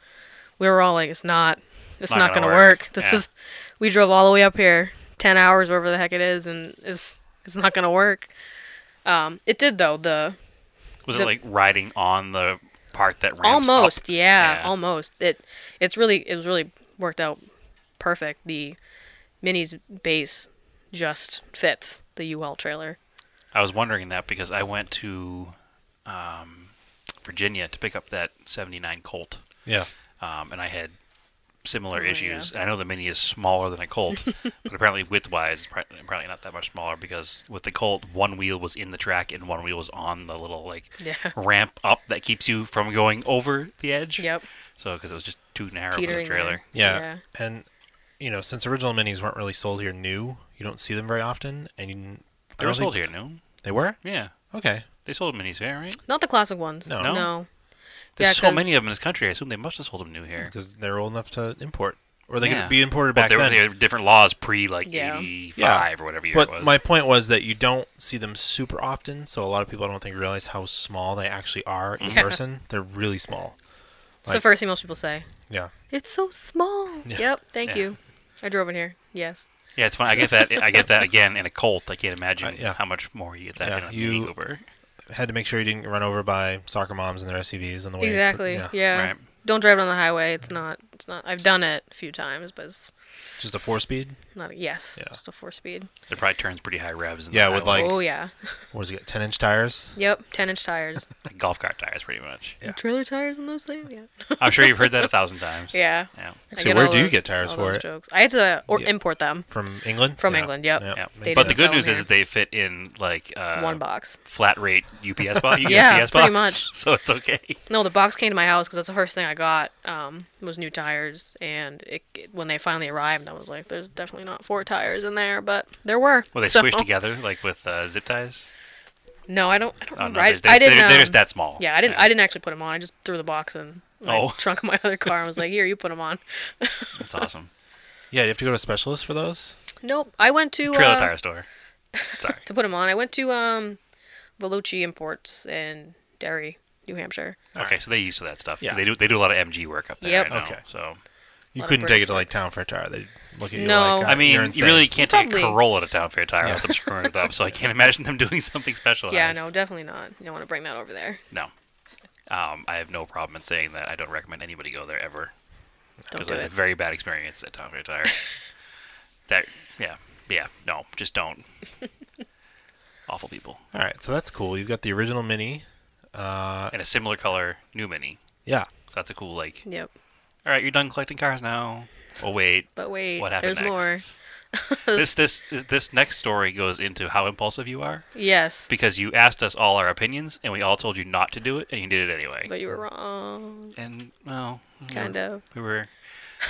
Speaker 3: we were all like, "It's not, it's not, gonna, work. This
Speaker 2: Yeah.
Speaker 3: is." We drove all the way up here, ten hours, wherever the heck it is, and it's it's not gonna work. Um, it did though. The
Speaker 2: Was
Speaker 3: The-
Speaker 2: it like riding on the part that ramps up?
Speaker 3: almost yeah,
Speaker 2: Yeah.
Speaker 3: almost it it's really it was really worked out perfect the mini's base just fits the ul trailer
Speaker 2: I was wondering that because I went to um, Virginia to pick up that '79 Colt,
Speaker 1: Yeah.
Speaker 2: um, and I had similar
Speaker 3: Similar,
Speaker 2: issues. I know the Mini is smaller than a Colt, but apparently width-wise, it's prob- apparently not that much smaller because with the Colt, one wheel was in the track and one wheel was on the little like
Speaker 3: Yeah.
Speaker 2: ramp up that keeps you from going over the edge.
Speaker 3: yep
Speaker 2: So because it was just too narrow for the
Speaker 3: teetering there.
Speaker 2: trailer.
Speaker 1: Yeah. And you know, since original minis weren't really sold here new, you don't see them very often and you didn't- I
Speaker 2: They were
Speaker 1: don't
Speaker 2: sold
Speaker 1: think-
Speaker 2: here, no?
Speaker 1: They were?
Speaker 2: Yeah,
Speaker 1: Okay.
Speaker 2: they sold minis here, right?
Speaker 3: not the classic ones
Speaker 1: No.
Speaker 3: no
Speaker 1: No?
Speaker 3: no
Speaker 2: There's
Speaker 3: Yeah,
Speaker 2: so
Speaker 3: 'cause-
Speaker 2: many of them in this country. I assume they must have sold them new here.
Speaker 1: Because they're old enough to import. Or they
Speaker 2: Yeah.
Speaker 1: could be imported
Speaker 2: But
Speaker 1: back
Speaker 2: there,
Speaker 1: then.
Speaker 2: there were different laws pre like
Speaker 3: Yeah.
Speaker 2: eighty
Speaker 1: Yeah.
Speaker 2: five or whatever year it was.
Speaker 1: But my point was that you don't see them super often, so a lot of people I don't think realize how small they actually are in
Speaker 3: Yeah.
Speaker 1: person. They're really small.
Speaker 3: it's the
Speaker 1: Like-
Speaker 3: first thing most people say
Speaker 1: Yeah.
Speaker 3: it's so small
Speaker 1: Yeah.
Speaker 3: yep thank
Speaker 2: Yeah.
Speaker 3: you i drove in here yes
Speaker 2: yeah, it's fun. I get that. I get that again in a Colt. I can't imagine
Speaker 1: Uh, yeah.
Speaker 2: how much more you get that
Speaker 1: Yeah,
Speaker 2: in a
Speaker 1: you-
Speaker 2: Mini Cooper.
Speaker 1: Had to make sure you didn't get run over by soccer moms and their SUVs on the way. to-
Speaker 3: exactly yeah,
Speaker 2: Right.
Speaker 3: don't drive it on the highway it's not it's not i've done it a few times but it's
Speaker 1: Just a four speed.
Speaker 3: not a, yes
Speaker 1: Yeah.
Speaker 3: just a four speed
Speaker 2: So it probably turns pretty high revs. In
Speaker 1: Yeah,
Speaker 2: the
Speaker 1: with,
Speaker 2: highway.
Speaker 1: Like-
Speaker 3: oh yeah
Speaker 1: What does it get? Ten inch tires.
Speaker 3: yep 10 inch tires
Speaker 2: Like golf cart tires, pretty much.
Speaker 1: Yeah.
Speaker 3: trailer tires and those things yeah
Speaker 2: I'm sure you've heard that a thousand times.
Speaker 3: Yeah.
Speaker 2: Yeah.
Speaker 3: I
Speaker 1: Actually,
Speaker 3: get
Speaker 1: where
Speaker 3: all
Speaker 1: do you
Speaker 3: those-
Speaker 1: get tires
Speaker 3: all
Speaker 1: for
Speaker 3: those
Speaker 1: it?
Speaker 3: Jokes. I had to or
Speaker 1: Yeah.
Speaker 3: import them.
Speaker 1: From England?
Speaker 3: From England, yep.
Speaker 1: Yeah.
Speaker 2: Yeah.
Speaker 3: They
Speaker 2: But the
Speaker 3: just
Speaker 2: good
Speaker 3: sell
Speaker 2: news
Speaker 3: them
Speaker 2: is
Speaker 3: here.
Speaker 2: they fit in like uh,
Speaker 3: One box.
Speaker 2: flat rate UPS box. USPS
Speaker 3: Yeah,
Speaker 2: box,
Speaker 3: pretty much.
Speaker 2: So it's okay.
Speaker 3: No, the box came to my house because that's the first thing I got. Um, was new tires, and it, it- when they finally arrived, I was like, "There's definitely not four tires in there," but there were.
Speaker 2: Well, they
Speaker 3: so-
Speaker 2: squished together like with uh, zip ties.
Speaker 3: No, I don't. I don't
Speaker 2: Oh,
Speaker 3: remember.
Speaker 2: no,
Speaker 3: I,
Speaker 2: they're, they're,
Speaker 3: I didn't.
Speaker 2: they're, they're
Speaker 3: um,
Speaker 2: just that small.
Speaker 3: Yeah, I didn't. I didn't actually put them on. I just threw the box in my
Speaker 2: Oh.
Speaker 3: trunk of my other car and was like, "Here, you put them on."
Speaker 2: That's awesome.
Speaker 1: Yeah, you have to go to a specialist for those.
Speaker 3: nope. I went to
Speaker 2: Trailer
Speaker 3: uh,
Speaker 2: tire store. Sorry.
Speaker 3: to put them on. I went to um, Velucci Imports in Derry, New Hampshire.
Speaker 2: Okay, so they used to that stuff
Speaker 1: Yeah.
Speaker 2: because they do they do a lot of MG work up there.
Speaker 3: Yep.
Speaker 2: Right now,
Speaker 1: Okay.
Speaker 2: So
Speaker 1: You
Speaker 3: Lot of
Speaker 1: couldn't take it
Speaker 3: British
Speaker 1: to like town for a tire. They look at you
Speaker 3: No.
Speaker 1: like uh,
Speaker 2: I mean,
Speaker 1: you're
Speaker 2: you
Speaker 1: insane.
Speaker 2: really can't take a
Speaker 3: Probably.
Speaker 2: Corolla to town for your tire
Speaker 1: Yeah.
Speaker 2: without them screwing it up. So I can't imagine them doing something specialized.
Speaker 3: Yeah, no, definitely not. You don't want to bring that over there.
Speaker 2: No. Um, I have no problem in saying that I don't recommend anybody go there ever
Speaker 3: Don't
Speaker 2: because
Speaker 3: do
Speaker 2: I had a
Speaker 3: it.
Speaker 2: very bad experience at Town Fair Tire. that yeah yeah no just don't. Awful people.
Speaker 1: All right, so that's cool. You've got the original mini. Uh,
Speaker 2: And a similar color new mini.
Speaker 1: yeah,
Speaker 2: So that's a cool like.
Speaker 3: Yep.
Speaker 2: All right, you're done collecting cars now. Oh wait,
Speaker 3: But wait,
Speaker 2: what happened
Speaker 3: there's
Speaker 2: next? this this this next story goes into how impulsive you are
Speaker 3: more. Yes.
Speaker 2: because you asked us all our opinions and we all told you not to do it and you did it anyway.
Speaker 3: but you were wrong.
Speaker 2: and well, we were-
Speaker 3: Kind of.
Speaker 2: we were.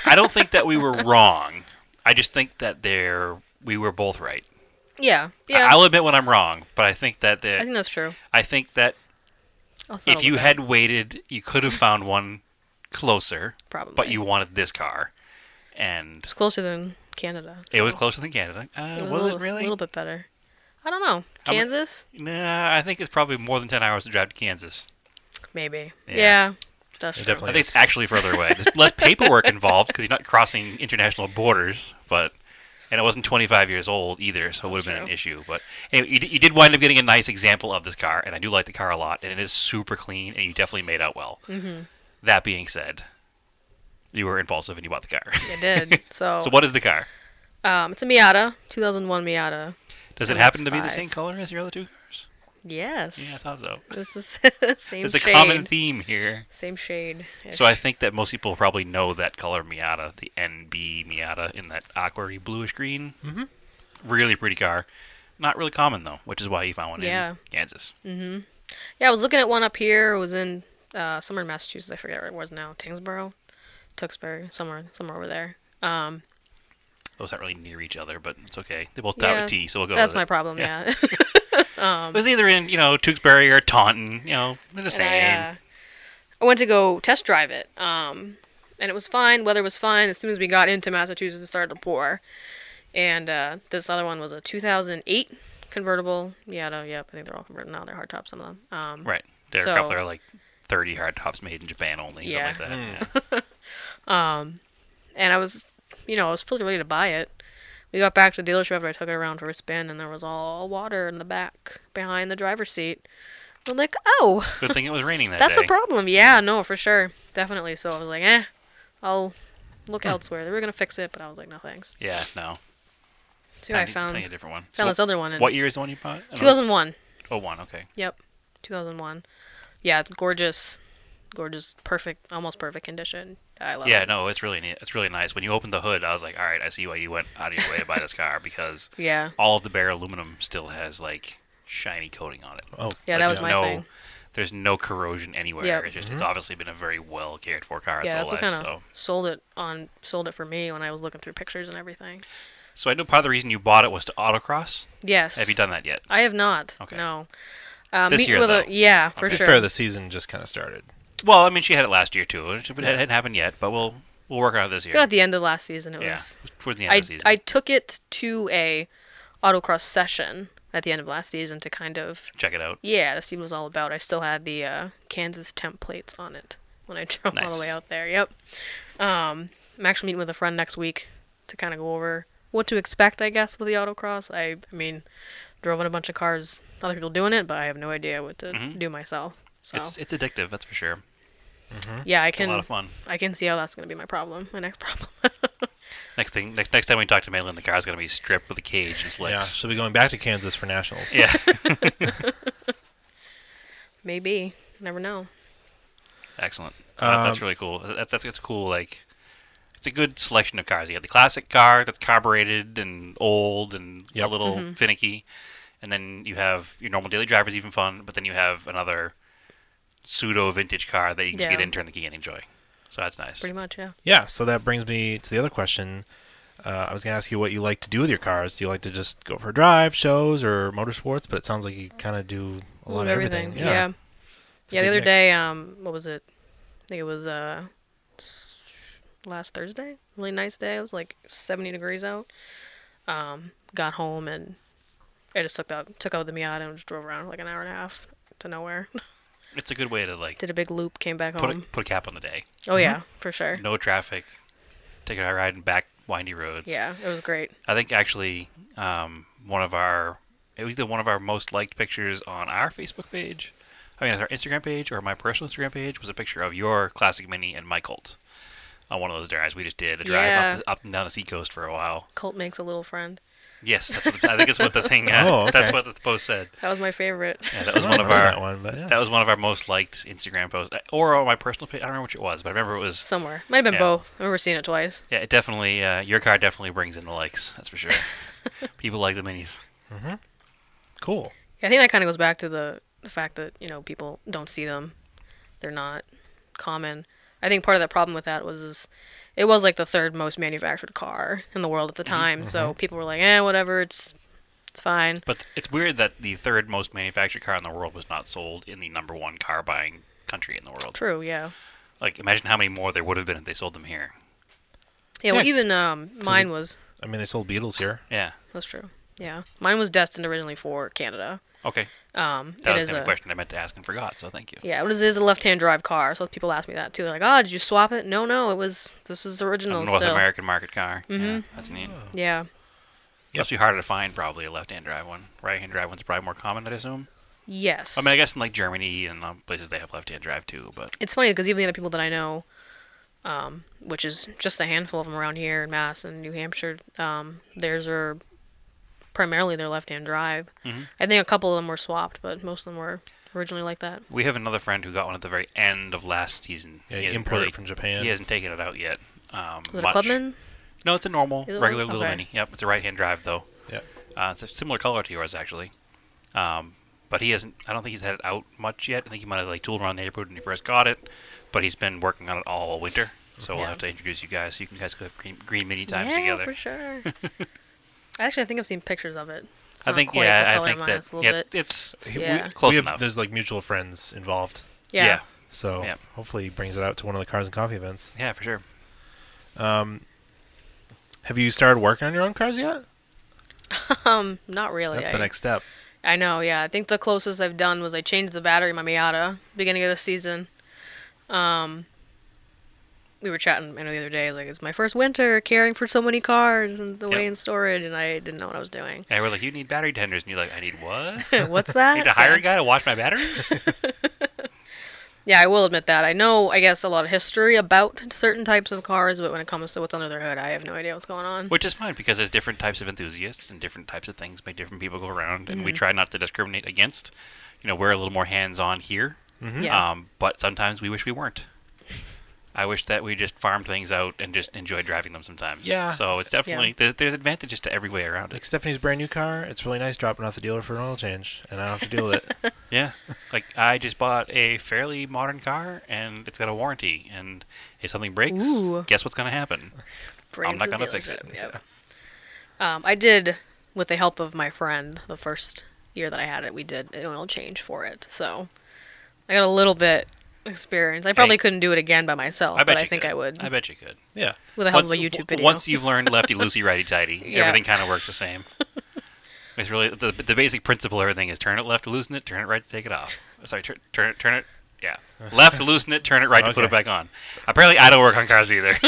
Speaker 2: I don't think that we were wrong. I just think that there we were both right.
Speaker 3: Yeah.
Speaker 2: I-
Speaker 3: Yeah.
Speaker 2: I'll admit when I'm wrong, but I think that
Speaker 3: I
Speaker 2: the
Speaker 3: think that's true.
Speaker 2: I think that
Speaker 3: I'll settle
Speaker 2: if you
Speaker 3: with
Speaker 2: had waited, you could have found one closer.
Speaker 3: Probably.
Speaker 2: But you wanted this car, and
Speaker 3: that. it's closer than Canada.
Speaker 2: it was
Speaker 3: so
Speaker 2: closer than Canada. Uh, was,
Speaker 3: a
Speaker 2: it
Speaker 3: little,
Speaker 2: really?
Speaker 3: A little bit better. I don't know.
Speaker 2: How mu-
Speaker 3: Kansas,
Speaker 2: Nah, I think it's probably more than ten hours to drive to Kansas.
Speaker 3: maybe.
Speaker 2: Yeah.
Speaker 3: Yeah, that's
Speaker 1: It
Speaker 3: true.
Speaker 1: definitely-
Speaker 2: I think it's actually further away. There's less paperwork involved because you're not crossing international borders, but and it wasn't 25 years old either, so it would have
Speaker 3: That's
Speaker 2: been an
Speaker 3: true.
Speaker 2: issue. But anyway, you, d- you did wind up getting a nice example of this car, and I do like the car a lot, and it is super clean, and you definitely made out well.
Speaker 3: Mm-hmm.
Speaker 2: That being said, you were impulsive and you bought the car.
Speaker 3: It did. So,
Speaker 2: so what is the car?
Speaker 3: Um, it's a Miata, 2001 Miata.
Speaker 2: Does it
Speaker 3: And
Speaker 2: happen
Speaker 3: it's
Speaker 2: to be the
Speaker 3: five.
Speaker 2: same color as your other two cars? Yeah, I
Speaker 3: Yes.
Speaker 2: thought so.
Speaker 3: this is same
Speaker 2: There's a
Speaker 3: shade.
Speaker 2: common theme here.
Speaker 3: same shade.
Speaker 2: So I think that most people probably know that color Miata, the NB Miata in that aquary bluish green. Mm-hmm. Really pretty car. Not really common though, which is why he found one
Speaker 3: Yeah. Mm.
Speaker 2: in Kansas.
Speaker 3: Yeah, I was looking at one up here. It was in uh, somewhere in Massachusetts. I forget where it was now. Tingsboro, Tewksbury, somewhere, somewhere over there. Um,
Speaker 2: Those aren't really near each other, but it's okay. They both start
Speaker 3: Yeah,
Speaker 2: with T, so we'll go.
Speaker 3: that's
Speaker 2: with
Speaker 3: my
Speaker 2: it.
Speaker 3: problem. Yeah.
Speaker 2: It was either in you know Tewksbury or Taunton. You know, they're the same.
Speaker 3: And I, uh, I went to go test drive it, um, and it was fine. Weather was fine. As soon as we got into Massachusetts, it started to pour. And uh, this other one was a 2008 convertible. Yeah, no, yep. I think they're all converted now. They're hardtop, some of them. Um,
Speaker 2: right. There are
Speaker 3: so-
Speaker 2: a couple that are like 30 hard tops made in Japan only,
Speaker 3: Yeah.
Speaker 2: something like that.
Speaker 3: and I was, you know, I was fully ready to buy it. We got back to the dealership after I took it around for a spin, and there was all water in the back behind the driver's seat. I'm like, oh,
Speaker 2: Yeah. Good thing it was raining that
Speaker 3: that's
Speaker 2: day.
Speaker 3: a problem. Yeah, no, for sure, definitely. So I was like, eh, I'll look
Speaker 2: Hmm.
Speaker 3: elsewhere. They were gonna fix it, but I was like, no thanks.
Speaker 2: Yeah, no.
Speaker 3: So I
Speaker 2: Tiny-
Speaker 3: found
Speaker 2: tiny
Speaker 3: found
Speaker 2: different one.
Speaker 3: this other one in
Speaker 2: what year is the one you bought? I don't know.
Speaker 3: 2001.
Speaker 2: Oh, one. Okay.
Speaker 3: Yep, 2001. Yeah, it's gorgeous, gorgeous, perfect, almost perfect condition. I love
Speaker 2: Yeah,
Speaker 3: it.
Speaker 2: no, it's really neat. It's really nice. When you opened the hood, I was like, all right, I see why you went out of your way to buy this car because
Speaker 3: Yeah,
Speaker 2: all of the bare aluminum still has like shiny coating on it.
Speaker 1: Oh,
Speaker 3: yeah,
Speaker 2: Like,
Speaker 3: that was
Speaker 2: there's
Speaker 3: my
Speaker 2: no,
Speaker 3: thing.
Speaker 2: There's no corrosion anywhere.
Speaker 3: Yep. Mm-hmm.
Speaker 2: It's just it's obviously been a very well cared for car its
Speaker 3: yeah, that's
Speaker 2: whole
Speaker 3: what
Speaker 2: life.
Speaker 3: kind
Speaker 2: So,
Speaker 3: of sold it on sold it for me when I was looking through pictures and everything.
Speaker 2: so I know part of the reason you bought it was to autocross.
Speaker 3: Yes.
Speaker 2: Have you done that yet?
Speaker 3: I have not.
Speaker 2: Okay.
Speaker 3: No. Um,
Speaker 2: This
Speaker 3: meet
Speaker 2: year,
Speaker 3: with
Speaker 2: though.
Speaker 3: a yeah for
Speaker 1: to be
Speaker 3: sure.
Speaker 1: fair, the season just kind of started.
Speaker 2: Well, I mean, she had it last year too, which- but it hadn't happened yet. But we'll we'll work on it this year.
Speaker 3: Got at the end of last season. It
Speaker 2: yeah,
Speaker 3: was
Speaker 2: towards the end
Speaker 3: I
Speaker 2: of the season.
Speaker 3: I took it to a autocross session at the end of last season to kind of
Speaker 2: Check it out.
Speaker 3: yeah to see what it was all about. I still had the uh, Kansas temp plates on it when I drove all the way
Speaker 2: Nice.
Speaker 3: out there. Yep. Um, I'm actually meeting with a friend next week to kind of go over what to expect, I guess, with the autocross. I, I mean, drove in a bunch of cars, other people doing it, but I have no idea what to do myself.
Speaker 2: Mm-hmm.
Speaker 3: So
Speaker 2: It's it's addictive, that's for sure.
Speaker 3: yeah, I
Speaker 2: It's a lot
Speaker 3: Oh. can
Speaker 2: of fun.
Speaker 3: I can see how that's going to be my problem. My next problem.
Speaker 2: Next thing, next, next time we talk to Maylin, the car's gonna be stripped with a cage and
Speaker 1: Yeah,
Speaker 2: slicks.
Speaker 1: she'll be going back to Kansas for nationals.
Speaker 2: Yeah.
Speaker 3: Maybe. Never know.
Speaker 2: Excellent. Uh, that's
Speaker 1: Um,
Speaker 2: really cool. That's that's it's cool. Like, it's a good selection of cars. You have the classic car that's carbureted and old and a
Speaker 1: Yep.
Speaker 2: little
Speaker 3: Mm-hmm.
Speaker 2: finicky, and then you have your normal daily driver's even fun. But then you have another pseudo vintage car that you can just get
Speaker 3: Yeah.
Speaker 2: in, turn the key, and enjoy. So that's nice.
Speaker 3: pretty much. Yeah.
Speaker 1: Yeah, so that brings me to the other question. Uh, I was going to ask you what you like to do with your cars. Do you like to just go for a drive, shows, or motorsports? But it sounds like you kind of do a lot of everything.
Speaker 3: Yeah. Yeah.
Speaker 1: It's a
Speaker 3: the
Speaker 1: good
Speaker 3: other
Speaker 1: mix.
Speaker 3: day, um, what was it? I think it was uh, s- last Thursday. Really nice day. It was like 70 degrees out. Um, got home and I just took out took out the Miata and just drove around for like an hour and a half to nowhere.
Speaker 2: It's a good way to like
Speaker 3: Did a big loop, came back
Speaker 2: put a,
Speaker 3: home.
Speaker 2: put a cap on the day.
Speaker 3: oh yeah,
Speaker 1: Mm-hmm.
Speaker 3: for sure.
Speaker 2: No traffic. Take a ride in back windy roads.
Speaker 3: Yeah, it was great.
Speaker 2: I think actually um, one of our it was either one of our most liked pictures on our Facebook page, I mean our Instagram page or my personal Instagram page was a picture of your classic mini and my Colt on one of those drives we just did a drive
Speaker 3: Yeah.
Speaker 2: up, the, up and down the seacoast for a while.
Speaker 3: Colt makes a little friend.
Speaker 2: Yes, that's what I think that's what the thing. Uh,
Speaker 1: Oh,
Speaker 2: that's
Speaker 1: okay.
Speaker 2: what the post said.
Speaker 3: That was my favorite.
Speaker 2: Yeah, that was
Speaker 1: I
Speaker 2: one
Speaker 1: don't
Speaker 2: of
Speaker 1: remember
Speaker 2: our
Speaker 1: that one, but yeah.
Speaker 2: that was one of our most liked Instagram posts Uh, or on my personal page. I don't remember which it was, but I remember it was.
Speaker 3: Somewhere. Might have been
Speaker 2: Yeah.
Speaker 3: both. I remember seeing it twice.
Speaker 2: Yeah, it definitely. Uh, your car definitely brings in the likes. That's for sure. People like the minis.
Speaker 1: cool.
Speaker 3: Yeah, I think that kind of goes back to the, the fact that you know people don't see them; they're not common. I think part of the problem with that was is it was like the third most manufactured car in the world at the
Speaker 2: Mm-hmm,
Speaker 3: time, so people were like, "Eh, whatever, it's it's fine."
Speaker 2: But th- it's weird that the third most manufactured car in the world was not sold in the number one car buying country in the world.
Speaker 3: True, yeah,
Speaker 2: Like, imagine how many more there would have been if they sold them here.
Speaker 3: yeah. Well,
Speaker 1: Yeah.
Speaker 3: even um, mine
Speaker 1: it-
Speaker 3: was
Speaker 1: I mean, they sold Beatles here.
Speaker 2: Yeah.
Speaker 3: that's true. Yeah, mine was destined originally for Canada.
Speaker 2: Okay.
Speaker 3: Um,
Speaker 2: That
Speaker 3: it
Speaker 2: was
Speaker 3: is
Speaker 2: the
Speaker 3: a
Speaker 2: question I meant to ask and forgot. So thank you.
Speaker 3: yeah, it is, it is a left-hand drive car. So people ask me that too, like, "Oh, did you swap it?" No, no, it was this is
Speaker 2: A
Speaker 3: original
Speaker 2: North
Speaker 3: still.
Speaker 2: American market car.
Speaker 3: Mm-hmm.
Speaker 2: Yeah, that's neat.
Speaker 3: Yeah,
Speaker 2: Must be harder to find probably a left-hand drive one. Right-hand drive one's probably more common, I'd assume.
Speaker 3: yes.
Speaker 2: I mean, I guess in like Germany and um, places they have left-hand drive too. But
Speaker 3: it's funny because even the other people that I know, um, which is just a handful of them around here in Mass and New Hampshire, um, theirs are primarily their left-hand drive.
Speaker 2: Mm-hmm.
Speaker 3: I think a couple of them were swapped, but most of them were originally like that.
Speaker 2: we have another friend who got one at the very end of last season.
Speaker 1: Yeah,
Speaker 2: He
Speaker 1: you
Speaker 2: hasn't
Speaker 1: imported
Speaker 2: really-
Speaker 1: it from Japan.
Speaker 2: He hasn't taken it out yet. Um,
Speaker 3: Was it
Speaker 2: much.
Speaker 3: a Clubman?
Speaker 2: No, it's a normal,
Speaker 3: Is it one?
Speaker 2: regular little
Speaker 3: Okay.
Speaker 2: mini. Yep, it's a right-hand drive though.
Speaker 1: Yeah.
Speaker 2: Uh, it's a similar color to yours, actually. Um, but he hasn't. I don't think he's had it out much yet. I think he might have like tooled around the neighborhood when he first got it, but he's been working on it all winter. So we'll
Speaker 3: Yeah.
Speaker 2: have to introduce you guys so you can guys go have green, green mini times
Speaker 3: yeah,
Speaker 2: together.
Speaker 3: for sure. Actually, I think I've seen pictures of it. It's
Speaker 2: I
Speaker 3: not
Speaker 2: think
Speaker 3: quite the
Speaker 2: yeah. I
Speaker 3: color of
Speaker 2: think
Speaker 3: mine,
Speaker 2: that
Speaker 3: it's a little
Speaker 2: yeah,
Speaker 3: bit.
Speaker 2: it's
Speaker 1: He-
Speaker 3: Yeah.
Speaker 1: we-
Speaker 2: Close
Speaker 1: we have-
Speaker 2: enough.
Speaker 1: There's like mutual friends involved,
Speaker 3: yeah.
Speaker 2: yeah.
Speaker 1: so
Speaker 2: Yeah.
Speaker 1: hopefully he brings it out to one of the cars and coffee events.
Speaker 2: yeah, for sure.
Speaker 1: Have you started working on your own cars yet?
Speaker 3: Um, not really.
Speaker 1: That's
Speaker 3: I,
Speaker 1: the next step.
Speaker 3: I know. Yeah, I think the closest I've done was I changed the battery in my Miata beginning of the season. Um, we were chatting I know the other day like it's my first winter caring for so many cars and the way
Speaker 2: Yep.
Speaker 3: in storage, and I didn't know what I was doing.
Speaker 2: And we're like, you need battery tenders, and you're like, I need what?
Speaker 3: What's that?
Speaker 2: need to hire a
Speaker 3: yeah.
Speaker 2: guy to wash my batteries?
Speaker 3: yeah, I will admit that I know I guess a lot of history about certain types of cars, but when it comes to what's under their hood, I have no idea what's going on.
Speaker 2: Which is fine because there's different types of enthusiasts and different types of things make different people go around, and we
Speaker 3: Mm-hmm.
Speaker 2: try not to discriminate against. You know, we're a little more hands-on here,
Speaker 3: Yeah,
Speaker 2: um, but sometimes we wish we weren't. I wish that we just farm things out and just enjoy driving them sometimes.
Speaker 1: Yeah.
Speaker 2: So it's definitely there's, there's advantages to every way around
Speaker 1: Like
Speaker 2: it.
Speaker 1: Stephanie's brand new car, it's really nice dropping off the dealer for an oil change, and I don't have to deal with it.
Speaker 2: Yeah. like I just bought a fairly modern car, and it's got a warranty, and if something breaks,
Speaker 3: Ooh.
Speaker 2: guess what's going to happen?
Speaker 3: Bring
Speaker 2: I'm not
Speaker 3: to the
Speaker 2: gonna fix it.
Speaker 3: dealership, Yep. Um, I did with the help of my friend the first year that I had it. We did an oil change for it, so I got a little bit experience. I probably
Speaker 2: Hey.
Speaker 3: couldn't do it again by myself,
Speaker 2: I bet
Speaker 3: but I
Speaker 2: you
Speaker 3: think
Speaker 2: could.
Speaker 3: I would
Speaker 2: I bet you could.
Speaker 1: Yeah.
Speaker 3: with the help of a
Speaker 2: w-
Speaker 3: YouTube video.
Speaker 2: Once you've learned lefty loosey righty tighty,
Speaker 3: Yeah.
Speaker 2: everything kind of works the same. It's really the, the basic principle. of Everything is turn it left to loosen it, turn it right to take it off. Sorry, tur- turn it, turn it, yeah, left to loosen it, turn it right to put it
Speaker 1: Okay.
Speaker 2: back on. Apparently, I don't work on cars either.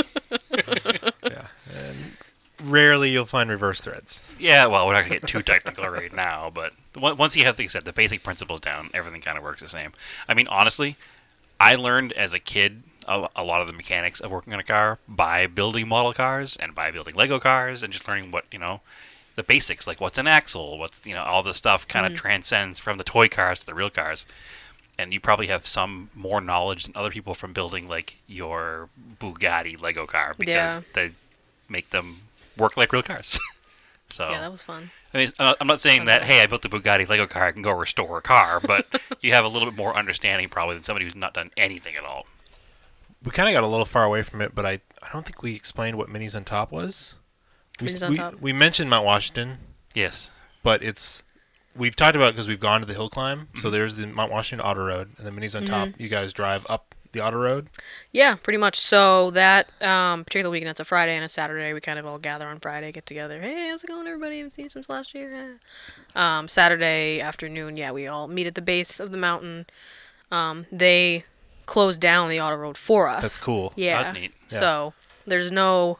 Speaker 1: Rarely you'll find reverse threads.
Speaker 2: yeah, well, we're not gonna get too technical right now, but on- once you have, like I said, the basic principles down, everything kind of works the same. I mean, honestly, I learned as a kid a, a lot of the mechanics of working on a car by building model cars and by building Lego cars and just learning what, you know, the basics, like what's an axle, what's, you know, all this stuff kind of transcends from the toy cars to the real cars. And you probably have some more knowledge than other people from building, like, your Bugatti Lego car because
Speaker 3: Yeah.
Speaker 2: they make them work like real cars. so,
Speaker 3: yeah, that was fun.
Speaker 2: I mean, it's- I'm not- I'm not saying that, hey, I built the Bugatti Lego car, I can go restore a car, but you have a little bit more understanding probably than somebody who's not done anything at all.
Speaker 1: we kind of got a little far away from it, but I, I don't think we explained what Minis on Top was. We, s-
Speaker 3: Minis on
Speaker 1: we,
Speaker 3: Top.
Speaker 1: we mentioned Mount Washington,
Speaker 2: Yes.
Speaker 1: but it's we've talked about because we've gone to the hill climb.
Speaker 3: Mm-hmm.
Speaker 1: So there's the Mount Washington Auto Road, and the Minis on Top. You guys drive up the Auto Road.
Speaker 3: Yeah, pretty much. So that um, particular weekend, it's a Friday and a Saturday. We kind of all gather on Friday, get together. Hey, how's it going, everybody? Haven't seen you since last year. Eh. Um, Saturday afternoon, yeah, we all meet at the base of the mountain. Um, they close down the auto road for us.
Speaker 1: That's cool.
Speaker 3: Yeah,
Speaker 2: That's neat.
Speaker 1: Yeah.
Speaker 3: So there's no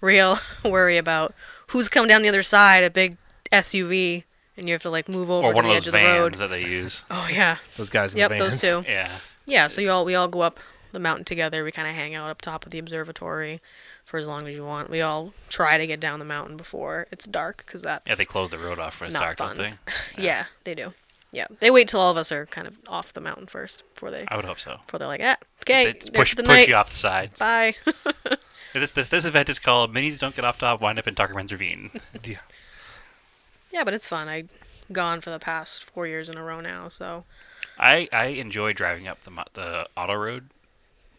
Speaker 3: real worry about who's coming down the other side. A big SUV, and you have to like move over
Speaker 2: Or one
Speaker 3: to
Speaker 2: of those
Speaker 3: the edge of the road.
Speaker 2: vans that they use.
Speaker 3: Oh yeah,
Speaker 1: Those guys in
Speaker 3: yep,
Speaker 1: the
Speaker 3: those
Speaker 1: vans.
Speaker 3: two.
Speaker 2: Yeah.
Speaker 3: Yeah, so you all we all go up the mountain together. We kind of hang out up top of the observatory for as long as you want. We all try to get down the mountain before it's dark because that's
Speaker 2: Yeah, they close the road off when it's
Speaker 3: Not
Speaker 2: dark, don't
Speaker 3: fun.
Speaker 2: they?
Speaker 3: yeah, they do. Yeah, they wait till all of us are kind of off the mountain first before they
Speaker 2: I would hope so.
Speaker 3: before they're like, ah, okay,
Speaker 2: Uh, It's
Speaker 3: that's
Speaker 2: push
Speaker 3: the
Speaker 2: push
Speaker 3: night.
Speaker 2: you off the sides.
Speaker 3: Bye.
Speaker 2: This this this event is called Minis Don't Get Off Top, Wind Up in Tuckerman's Ravine.
Speaker 1: Yeah.
Speaker 3: yeah, but it's fun. I gone for the past four years in a row now, so
Speaker 2: I, I enjoy driving up the mo- the auto road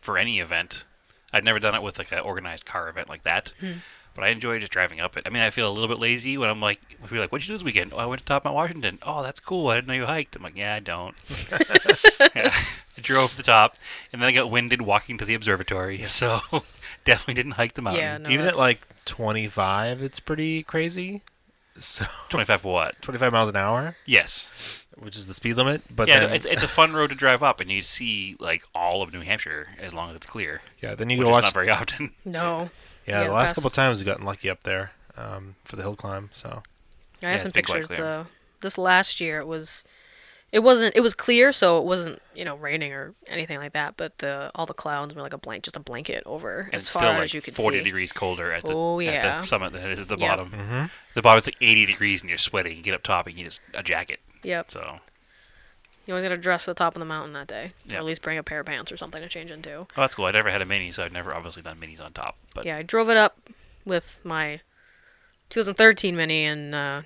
Speaker 2: for any event. I've never done it with like an organized car event like that,
Speaker 3: Hmm.
Speaker 2: but I enjoy just driving up it. I mean, I feel a little bit lazy when I'm like, people are like, "What'd you do this weekend?" Oh, I went to Top Mount Washington. Oh, that's cool. I didn't know you hiked. I'm like, yeah, I don't. Yeah. I drove to the top, and then I got winded walking to the observatory, so definitely didn't hike the mountain.
Speaker 3: yeah. No,
Speaker 1: Even at
Speaker 3: that's-
Speaker 1: like 25, it's pretty crazy. So
Speaker 2: 25 what?
Speaker 1: 25 miles an hour,
Speaker 2: Yes.
Speaker 1: which is the speed limit. But
Speaker 2: yeah,
Speaker 1: then,
Speaker 2: it's, it's a fun road to drive up, and you see like all of New Hampshire as long as it's clear,
Speaker 1: yeah, then you
Speaker 2: which
Speaker 1: go
Speaker 2: is
Speaker 1: watch
Speaker 2: not very often.
Speaker 3: no.
Speaker 1: Yeah,
Speaker 3: Yeah,
Speaker 1: the
Speaker 3: the
Speaker 1: last
Speaker 3: past-
Speaker 1: couple times we've gotten lucky up there um, for the hill climb. So
Speaker 3: I have
Speaker 2: Yeah,
Speaker 3: some
Speaker 2: it's been quite
Speaker 3: pictures
Speaker 2: clear.
Speaker 3: though. This last year it was it wasn't it was clear so it wasn't, you know, raining or anything like that, but the all the clouds were like a blank just a blanket over
Speaker 2: and
Speaker 3: as
Speaker 2: it's
Speaker 3: far
Speaker 2: still like
Speaker 3: as you could
Speaker 2: 40
Speaker 3: see.
Speaker 2: degrees colder at the,
Speaker 3: Oh,
Speaker 2: at
Speaker 3: yeah.
Speaker 2: the summit than it is at the
Speaker 3: Yep.
Speaker 2: bottom. The bottom's like 80 degrees and you're sweating. You get up top and you just a jacket.
Speaker 3: Yep.
Speaker 2: So, oh,
Speaker 3: You always got to dress for the top of the mountain that day. Or
Speaker 2: Yep.
Speaker 3: at least bring a pair of pants or something to change into.
Speaker 2: oh, that's cool. I never had a mini, so I've never obviously done minis on top. But
Speaker 3: Yeah, I drove it up with my 2013 Mini and uh,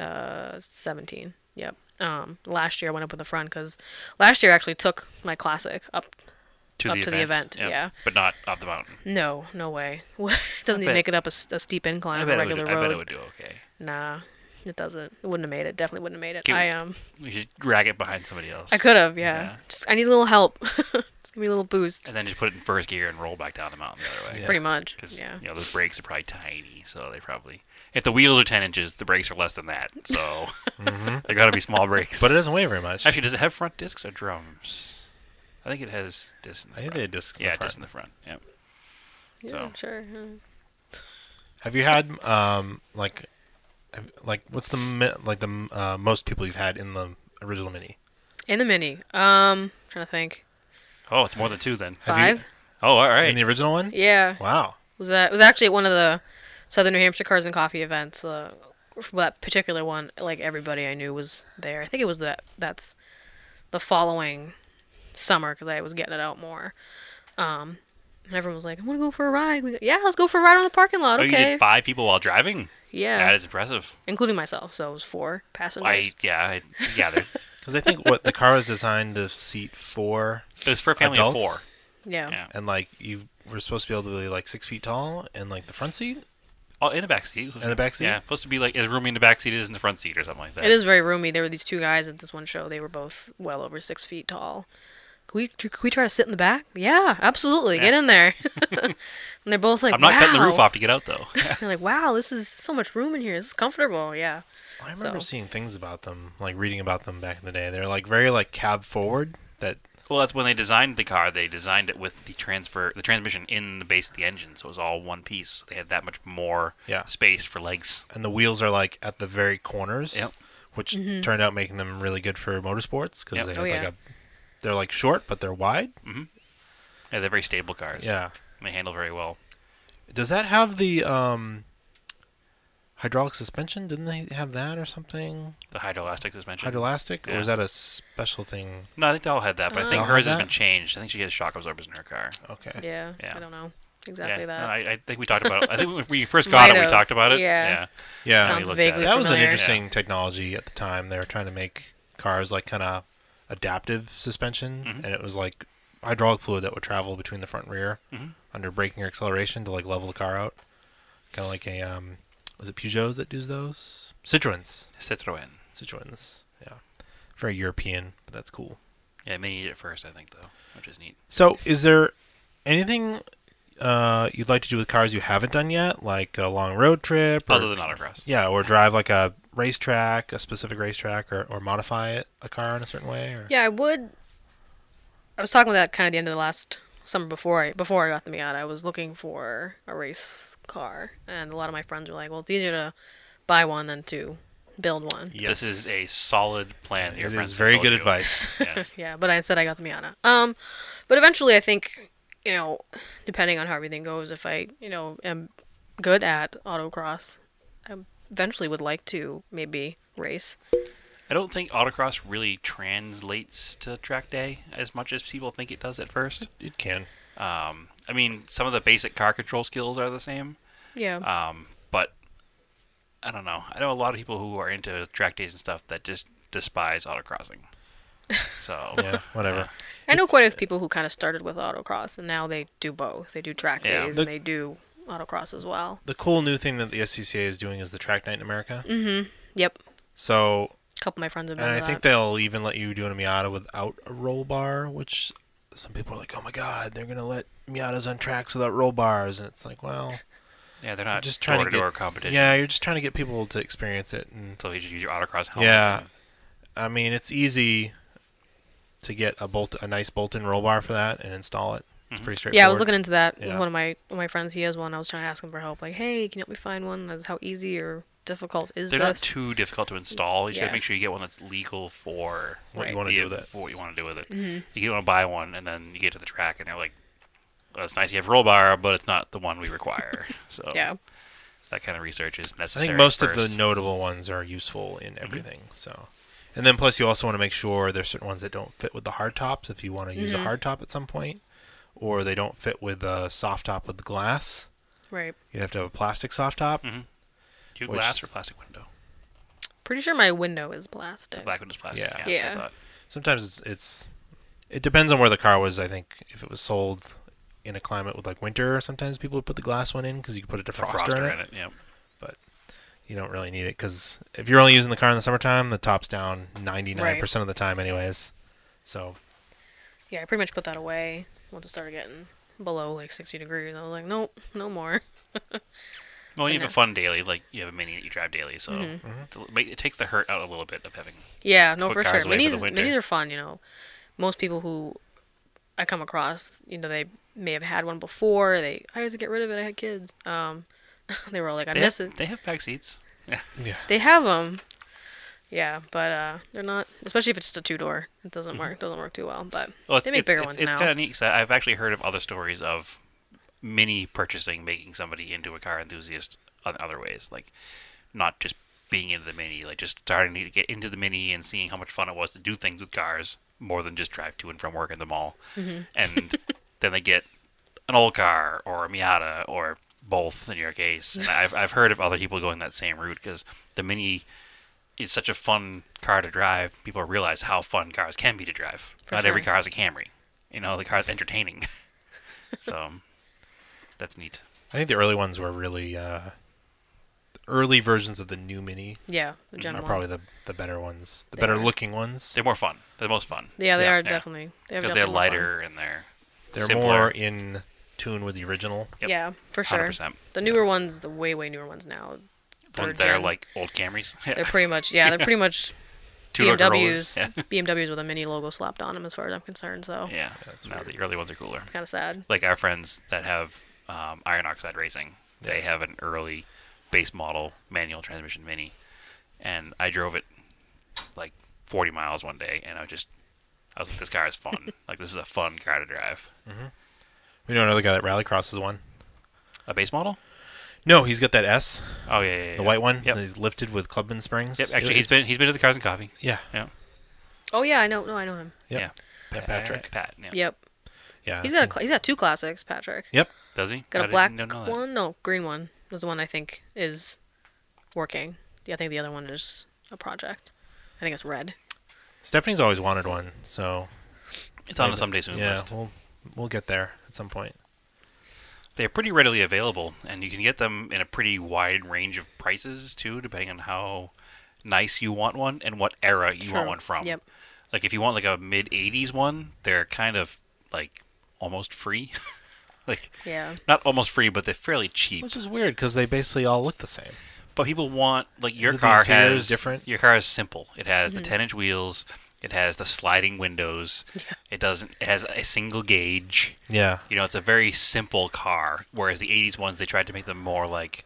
Speaker 3: 2017. Yep. Um, last year I went up with a friend because last year I actually took my classic up
Speaker 2: to
Speaker 3: Up
Speaker 2: the
Speaker 3: to
Speaker 2: event,
Speaker 3: the event, yeah.
Speaker 2: But not up the mountain.
Speaker 3: No, no way. it
Speaker 2: bet-
Speaker 3: doesn't even make it up a, s- a steep incline
Speaker 2: I
Speaker 3: on a
Speaker 2: bet, it would,
Speaker 3: regular
Speaker 2: I bet
Speaker 3: road.
Speaker 2: it would do okay.
Speaker 3: Nah, it doesn't. It wouldn't have made it. Definitely wouldn't have made it.
Speaker 2: Give-
Speaker 3: I um,
Speaker 2: You should drag it behind somebody else.
Speaker 3: I could have. Yeah.
Speaker 2: Yeah. Uh,
Speaker 3: Just I need a little help. just give me a little boost.
Speaker 2: And then just put it in first gear and roll back down the mountain the other way.
Speaker 1: Yeah.
Speaker 3: Pretty much.
Speaker 2: Because,
Speaker 3: Yeah.
Speaker 2: you know, those brakes are probably tiny. So they probably, if the wheels are 10 inches, the brakes are less than that. So they're going to be small brakes.
Speaker 1: Mm-hmm. But it doesn't weigh very much.
Speaker 2: Actually, does it have front discs or drums? I think it has discs. In the
Speaker 1: I think
Speaker 2: front.
Speaker 1: they had discs in the
Speaker 2: Yeah,
Speaker 1: front.
Speaker 2: discs in the front. Yeah.
Speaker 3: Yeah.
Speaker 2: so.
Speaker 3: Sure. yeah.
Speaker 1: Have you had um like have- like what's the mi- like the uh, most people you've had in the original mini?
Speaker 3: In the mini. Um, trying to think.
Speaker 2: Oh, it's more than two then.
Speaker 1: Have you-
Speaker 3: Five.
Speaker 2: Oh, all
Speaker 1: In
Speaker 2: right.
Speaker 1: the original one?
Speaker 3: Yeah.
Speaker 1: Wow.
Speaker 3: Was that it was actually at one of the Southern New Hampshire Cars and Coffee events. Uh, for that particular one, like everybody I knew was there. I think it was that that's the following summer because I was getting it out more. Um, and everyone was like, "I want to go for a ride." We go, yeah, let's go for a ride on the parking lot.
Speaker 2: Oh, you
Speaker 3: okay.
Speaker 2: did five people while driving. That
Speaker 3: yeah,
Speaker 2: is impressive.
Speaker 3: including myself. So it was four passengers.
Speaker 2: I yeah I, yeah. there-
Speaker 1: Because I think what the car was designed to seat four,
Speaker 2: It was for a family
Speaker 1: Adults?
Speaker 2: of four.
Speaker 3: yeah.
Speaker 2: Yeah.
Speaker 1: and like you were supposed to be able to be like six feet tall, and like the front seat.
Speaker 2: Oh, in the back seat.
Speaker 1: In the back seat?
Speaker 2: Yeah. Supposed to be like as roomy in the back seat as in the front seat or something like that.
Speaker 3: It is very roomy. There were these two guys at this one show. They were both well over six feet tall. Can we can we try to sit in the back? Yeah, absolutely. Get
Speaker 2: Yeah.
Speaker 3: in there. and they're both like,
Speaker 2: I'm not cutting the
Speaker 3: "Wow."
Speaker 2: roof off to get out though.
Speaker 3: They're like, wow, this is so much room in here. This is comfortable. Yeah.
Speaker 1: I remember
Speaker 3: So-
Speaker 1: seeing things about them, like reading about them back in the day. They're like very like cab forward. That
Speaker 2: well, that's when they designed the car. They designed it with the transfer, the transmission in the base of the engine, so it was all one piece. They had that much more
Speaker 1: Yeah.
Speaker 2: space for legs.
Speaker 1: and the wheels are like at the very corners.
Speaker 2: Yep.
Speaker 1: Which turned out making them really good for motorsports because
Speaker 2: Yep.
Speaker 1: they
Speaker 3: Mm-hmm. Oh,
Speaker 1: have like
Speaker 3: yeah.
Speaker 1: a, they're like short but they're wide.
Speaker 2: Yeah, they're very stable cars.
Speaker 1: Yeah.
Speaker 2: And they handle very well.
Speaker 1: Does that have the um, hydraulic suspension? Didn't they have that or something?
Speaker 2: The hydroelastic suspension.
Speaker 1: Hydroelastic, or
Speaker 2: Yeah.
Speaker 1: is that a special thing?
Speaker 2: no, I think they all had that, but I
Speaker 3: Oh.
Speaker 2: think
Speaker 1: They all
Speaker 2: hers
Speaker 1: had
Speaker 2: has
Speaker 1: that?
Speaker 2: been changed. I think she has shock absorbers in her car.
Speaker 1: Okay.
Speaker 3: Yeah.
Speaker 2: Yeah.
Speaker 3: I don't know exactly
Speaker 2: yeah,
Speaker 3: that.
Speaker 2: No, I, I think we talked about. it. I think when we first got
Speaker 3: Might
Speaker 2: it, we
Speaker 3: have.
Speaker 2: talked about it.
Speaker 3: Yeah.
Speaker 1: Yeah.
Speaker 2: Sounds
Speaker 3: Sounds
Speaker 2: looked at
Speaker 3: vaguely
Speaker 2: it.
Speaker 1: that was an
Speaker 3: familiar.
Speaker 1: interesting technology at the time. They were trying to make cars like kind of adaptive suspension, and it was like hydraulic fluid that would travel between the front and rear
Speaker 2: Mhm.
Speaker 1: under braking or acceleration to like level the car out. Kind of like a um, was it Peugeots that does those? Citroens,
Speaker 2: Citroën.
Speaker 1: Citroens, yeah, very European, but that's cool.
Speaker 2: Yeah, Mini did it first, I think, though, which is neat.
Speaker 1: So, is there anything uh, you'd like to do with cars you haven't done yet, like a long road trip? Or,
Speaker 2: Other than autocross.
Speaker 1: yeah, or drive like a racetrack, a specific racetrack, or, or modify it a car in a certain way? Or?
Speaker 3: Yeah, I would. I was talking about that kind of the end of the last summer before I before I got the Miata. I was looking for a race car, and a lot of my friends were like, "Well, it's easier to buy one than to build one."
Speaker 2: This is a solid plan. that Your
Speaker 1: It
Speaker 2: friends
Speaker 1: is
Speaker 2: have
Speaker 1: very
Speaker 2: told
Speaker 1: good
Speaker 2: you.
Speaker 1: advice.
Speaker 2: Yes.
Speaker 3: Yeah, but I said I got the Miata. Um, but eventually, I think you know, depending on how everything goes, if I you know am good at autocross, I eventually would like to maybe race.
Speaker 2: I don't think autocross really translates to track day as much as people think it does at first.
Speaker 1: it can.
Speaker 2: Um, I mean, some of the basic car control skills are the same,
Speaker 3: Yeah.
Speaker 2: um, but I don't know. I know a lot of people who are into track days and stuff that just despise autocrossing. So
Speaker 1: Yeah, whatever.
Speaker 3: I know quite a few people who kind of started with autocross and now they do both. They do track
Speaker 2: Yeah.
Speaker 3: days
Speaker 1: The-
Speaker 3: and they do autocross as well.
Speaker 1: The cool new thing that the SCCA is doing is the track night in America.
Speaker 2: Mm.
Speaker 3: Yep.
Speaker 1: So,
Speaker 3: A couple of my friends have been
Speaker 1: and I
Speaker 3: to
Speaker 1: think
Speaker 3: that.
Speaker 1: they'll even let you do a Miata without a roll bar, which some people are like, "Oh my God, they're gonna let Miatas on tracks without roll bars," and it's like, well,
Speaker 2: yeah, they're not
Speaker 1: Just
Speaker 2: just
Speaker 1: trying
Speaker 2: trying
Speaker 1: to
Speaker 2: door to door
Speaker 1: get-
Speaker 2: competition.
Speaker 1: yeah, you're just trying to get people to experience it, and
Speaker 2: So you should use your autocross helmet.
Speaker 1: Yeah. I mean, it's easy to get a bolt, a nice bolt-in roll bar for that, and install it. It's
Speaker 2: Mhm.
Speaker 1: pretty straightforward.
Speaker 3: Yeah, I was looking into that with
Speaker 1: Yeah.
Speaker 3: one of my one of my friends. He has one. I was trying to ask him for help. Like, hey, can you help me find one? Is- How easy or difficult is
Speaker 2: They're not
Speaker 3: this?
Speaker 2: too difficult to install. You just
Speaker 3: Yeah.
Speaker 2: gotta make sure you get one that's legal for
Speaker 1: What you
Speaker 3: Right. Mm-hmm.
Speaker 1: want to
Speaker 2: the-
Speaker 1: do with it?
Speaker 2: What you want to do with it. You want to buy one, and then you get to the track, and they're like, well, "It's nice you have roll bar, but it's not the one we require." so
Speaker 3: yeah.
Speaker 2: that kind of research is
Speaker 1: I
Speaker 2: necessary.
Speaker 1: think most
Speaker 2: first.
Speaker 1: of the notable ones are useful in everything. So, and then plus you also want to make sure there's certain ones that don't fit with the hard tops. If you want to
Speaker 3: Mm-hmm.
Speaker 1: use a hard top at some point, or they don't fit with a soft top with the glass,
Speaker 3: Right.
Speaker 1: you'd have to have a plastic soft top.
Speaker 2: Do you have
Speaker 1: which-
Speaker 2: glass or plastic window?
Speaker 3: Pretty sure my window is plastic.
Speaker 2: Black window's plastic.
Speaker 1: Yeah.
Speaker 2: Yeah. that's what I
Speaker 3: Yeah.
Speaker 2: thought.
Speaker 1: Sometimes it's, it's it depends on where the car was. I think if it was sold in a climate with like winter, sometimes people would put the glass one in because you could put a
Speaker 2: A
Speaker 1: defroster,
Speaker 2: Froster
Speaker 1: in it.
Speaker 2: in it. Yeah.
Speaker 1: You don't really need it because if you're only using the car in the summertime, the top's down 99% of the time, anyways. So
Speaker 3: Yeah, I pretty much put that away once it started getting below like 60 degrees. I was like, nope, no more.
Speaker 2: Well, you
Speaker 3: I
Speaker 2: have a
Speaker 3: know.
Speaker 2: fun daily, like you have a mini that you drive daily, so
Speaker 3: Mm-hmm.
Speaker 2: it's a- it takes the hurt out a little bit of having.
Speaker 3: Yeah, no,
Speaker 2: Put
Speaker 3: for sure.
Speaker 2: cars away for the
Speaker 3: Minis,
Speaker 2: winter.
Speaker 3: minis are fun. You know, most people who I come across, you know, they may have had one before. They, I had to get rid of it. I had kids. Um, they were all like, I
Speaker 2: They
Speaker 3: miss
Speaker 2: have,
Speaker 3: it.
Speaker 2: They have back seats.
Speaker 3: They have them. Yeah, but uh, they're not. Especially if it's just a two door, it doesn't work. Doesn't work too well. But
Speaker 2: Mm-hmm. Well, it's,
Speaker 3: they make
Speaker 2: it's,
Speaker 3: bigger
Speaker 2: it's,
Speaker 3: ones
Speaker 2: It's
Speaker 3: now.
Speaker 2: kind of neat because I've actually heard of other stories of mini purchasing, making somebody into a car enthusiast on other ways, like not just being into the mini, like just starting to get into the mini and seeing how much fun it was to do things with cars more than just drive to and from work at the mall,
Speaker 3: Mm-hmm.
Speaker 2: and then they get an old car or a Miata or both in your case. And I've I've heard of other people going that same route because the mini is such a fun car to drive. People realize how fun cars can be to drive.
Speaker 3: For
Speaker 2: Not every
Speaker 3: sure.
Speaker 2: car is a Camry. You know, the car's entertaining. so that's neat.
Speaker 1: I think the early ones were really uh, the early versions of the new Mini
Speaker 3: yeah, the
Speaker 2: Mm,
Speaker 3: gen
Speaker 1: are
Speaker 3: ones.
Speaker 1: probably the, the better ones, the
Speaker 3: They
Speaker 1: better
Speaker 3: are.
Speaker 1: looking ones.
Speaker 2: They're more fun. They're the most fun
Speaker 3: yeah, they
Speaker 1: yeah,
Speaker 3: are
Speaker 2: yeah.
Speaker 3: definitely. They have
Speaker 2: because they're
Speaker 3: definitely more fun.
Speaker 2: lighter and they're
Speaker 1: They're
Speaker 2: simpler.
Speaker 1: more in tune with the original.
Speaker 2: Yep.
Speaker 3: Yeah, for sure.
Speaker 2: 100%.
Speaker 3: The newer ones, the way way newer ones now.
Speaker 2: The ones
Speaker 3: third
Speaker 2: that are
Speaker 3: gens.
Speaker 2: like old Camrys.
Speaker 3: They're pretty much yeah. They're pretty much
Speaker 2: Two-door Corollas.
Speaker 3: BMWs.
Speaker 2: Yeah.
Speaker 3: BMWs with a mini logo slapped on them, as far as I'm concerned. So
Speaker 2: yeah.
Speaker 1: That's
Speaker 2: No,
Speaker 1: weird.
Speaker 2: the early ones are cooler.
Speaker 3: it's kind of sad.
Speaker 2: like our friends that have um, iron oxide racing they have an early base model manual transmission mini and i drove it like 40 miles one day and i was just i was like this car is fun like this is a fun car to drive
Speaker 1: We know another guy that rallycrosses one.
Speaker 2: a base model
Speaker 1: No, he's got that S,
Speaker 2: oh yeah, yeah, yeah
Speaker 1: the white one.
Speaker 2: yep.
Speaker 1: that He's lifted with Clubman Springs.
Speaker 2: yep actually
Speaker 1: It-
Speaker 2: he's been he's been to the cars and coffee
Speaker 1: Yeah,
Speaker 2: yeah
Speaker 3: Oh yeah, I know. No, I know him.
Speaker 1: Yep.
Speaker 2: yeah Uh,
Speaker 1: Pat Patrick.
Speaker 2: pat yeah.
Speaker 3: Yep.
Speaker 1: Yeah,
Speaker 3: He's got a cl- he's got two classics, Patrick.
Speaker 1: Yep,
Speaker 2: does he
Speaker 3: Got
Speaker 2: I
Speaker 3: a
Speaker 2: didn't
Speaker 3: black
Speaker 2: know that.
Speaker 3: one, no green one was the one I think is working. Yeah, I think the other one is a project. I think it's red.
Speaker 1: Stephanie's always wanted one, so
Speaker 2: It's on a
Speaker 1: Maybe.
Speaker 2: someday soon
Speaker 1: yeah,
Speaker 2: list.
Speaker 1: we'll we'll get there at some point.
Speaker 2: They're pretty readily available, and you can get them in a pretty wide range of prices too, depending on how nice you want one and what era you
Speaker 3: True.
Speaker 2: want one from.
Speaker 3: Yep.
Speaker 2: Like if you want like a mid '80s one, they're kind of like almost free. like
Speaker 3: Yeah.
Speaker 2: not almost free, but they're fairly cheap.
Speaker 1: Which is weird because they basically all look the same.
Speaker 2: But people want like your
Speaker 1: it the
Speaker 2: car
Speaker 1: interior is
Speaker 2: has
Speaker 1: different?
Speaker 2: Your car is simple. It has the ten inch wheels. It has the sliding windows. It doesn't. It has a single gauge.
Speaker 1: Yeah,
Speaker 2: You know, it's a very simple car. Whereas the '80s ones, they tried to make them more like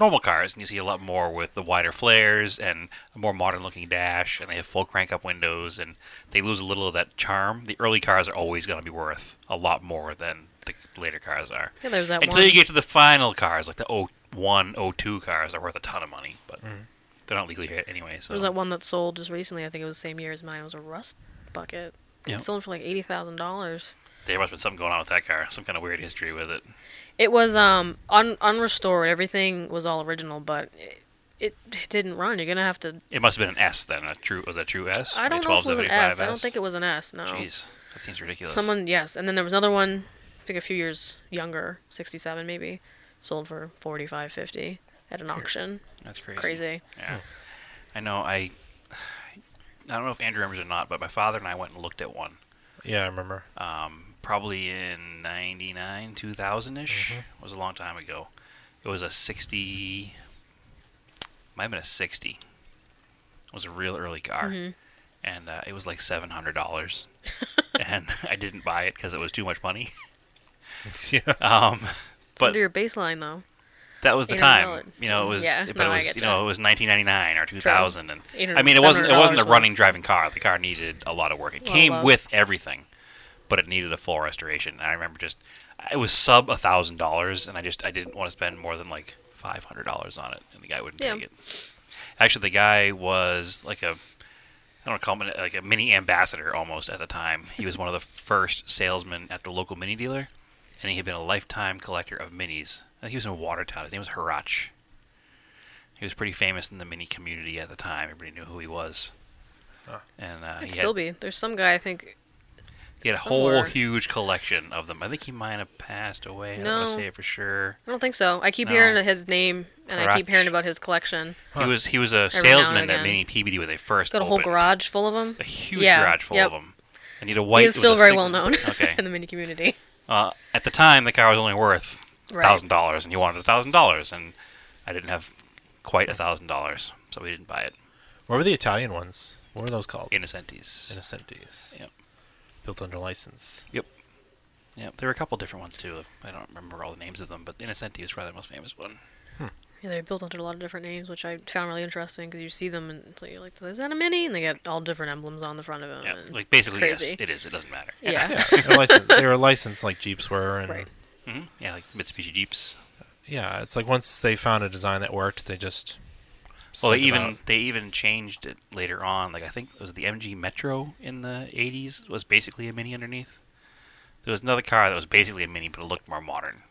Speaker 2: normal cars, and you see a lot more with the wider flares and a more modern looking dash, and they have full crank up windows, and they lose a little of that charm. The early cars are always going to be worth a lot more than the later cars are.
Speaker 3: Yeah, there's that
Speaker 2: Until
Speaker 3: one.
Speaker 2: you get to the final cars, like the 01, 02 cars are worth a ton of money, but they're not legally hit anyway. So
Speaker 3: There was that one that sold just recently. I think it was the same year as mine. It was a rust bucket.
Speaker 2: Yeah.
Speaker 3: It sold for like eighty thousand dollars.
Speaker 2: there must have been something going on with that car, some kind of weird history with it.
Speaker 3: It was um un- unrestored. Everything was all original, but it, it didn't run. You're gonna have to.
Speaker 2: It must have been an S then, a true was that true S?
Speaker 3: I
Speaker 2: A
Speaker 3: don't know if it was an
Speaker 2: 1275S?
Speaker 3: S. I don't think it was an S. No.
Speaker 2: Jeez, that seems ridiculous.
Speaker 3: Oh. Someone yes, and then there was another one. I think a few years younger, sixty-seven maybe, sold for forty-five, fifty at an auction.
Speaker 2: that's crazy.
Speaker 3: Crazy.
Speaker 2: Yeah, I know. I I don't know if Andrew remembers or not, but my father and I went and looked at one.
Speaker 1: yeah, I remember.
Speaker 2: um, probably in 99 2000 ish was a long time ago it was a 60 might have been a 60 it was a real early car
Speaker 3: Mm-hmm.
Speaker 2: and uh, it was like $700 and i didn't buy it because it was too much money
Speaker 1: yeah,
Speaker 2: um,
Speaker 3: It's
Speaker 2: but
Speaker 3: under your baseline though,
Speaker 2: that was the
Speaker 3: $800.
Speaker 2: time you know it was
Speaker 3: Yeah,
Speaker 2: but
Speaker 3: no,
Speaker 2: it
Speaker 3: I
Speaker 2: was
Speaker 3: get
Speaker 2: you know
Speaker 3: that.
Speaker 2: it was 1999 or 2000 and
Speaker 3: $800,
Speaker 2: i mean it wasn't it wasn't a
Speaker 3: $700
Speaker 2: running
Speaker 3: was-
Speaker 2: driving car the car needed a lot of work it
Speaker 3: Lot of
Speaker 2: came
Speaker 3: love.
Speaker 2: with everything but it needed a full restoration and i remember just it was sub a thousand dollars and i just i didn't want to spend more than like five hundred dollars on it and the guy wouldn't
Speaker 3: Yeah.
Speaker 2: take it actually the guy was like a I don't call him an- like a mini ambassador almost at the time. He was one of the first salesmen at the local mini dealer, and he had been a lifetime collector of minis. I think he was in Watertown. His name was Harach. He was pretty famous in the mini community at the time. Everybody knew who he was.
Speaker 1: Huh.
Speaker 2: And uh, he,
Speaker 3: I'd
Speaker 2: had,
Speaker 3: still be. There's some guy I think.
Speaker 2: he had a whole
Speaker 3: somewhere.
Speaker 2: huge collection of them. I think he might have passed away. I don't want to
Speaker 3: No.
Speaker 2: say it for sure.
Speaker 3: I don't think so. I keep
Speaker 2: No.
Speaker 3: hearing his name, and I keep
Speaker 2: Garage.
Speaker 3: hearing about his collection.
Speaker 1: Huh.
Speaker 2: He was he was a
Speaker 3: Every now and
Speaker 2: salesman at
Speaker 3: again.
Speaker 2: Mini PBD when they first
Speaker 3: Got a whole
Speaker 2: opened.
Speaker 3: garage full of them.
Speaker 2: a huge
Speaker 3: Yeah,
Speaker 2: garage full
Speaker 3: yep.
Speaker 2: of them. And he had a white.
Speaker 3: he is
Speaker 2: it was
Speaker 3: still
Speaker 2: a
Speaker 3: very
Speaker 2: sing-
Speaker 3: well known
Speaker 2: Okay.
Speaker 3: in the mini community.
Speaker 2: Uh, at the time, the car was only worth
Speaker 3: Right.
Speaker 2: thousand dollars, and he wanted thousand dollars, and I didn't have quite a thousand dollars, so we didn't buy it.
Speaker 1: what were the Italian ones? What were those called?
Speaker 2: Innocentes.
Speaker 1: Innocentes.
Speaker 2: Yep.
Speaker 1: Built under license.
Speaker 2: Yeah, there were a couple different ones too. I don't remember all the names of them, but Innocente is probably the most famous one.
Speaker 3: Yeah, they're built under a lot of different names, which I found really interesting because you see them and it's like, you're like, is that a mini? And they got all different emblems on the front of them.
Speaker 2: Yeah,
Speaker 3: and-
Speaker 2: like basically yes,
Speaker 3: Mm. crazy.
Speaker 2: it is. It doesn't matter.
Speaker 3: yeah.
Speaker 1: Yeah, they're licensed. they were licensed like Jeeps were, and
Speaker 3: Right.
Speaker 2: hmm Yeah, like Mitsubishi Jeeps.
Speaker 1: yeah, it's like once they found a design that worked, they just
Speaker 2: Well, they
Speaker 1: sent them
Speaker 2: even
Speaker 1: out.
Speaker 2: they even changed it later on. Like I think it was the MG Metro in the '80s was basically a Mini underneath. There was another car that was basically a Mini, but it looked more modern.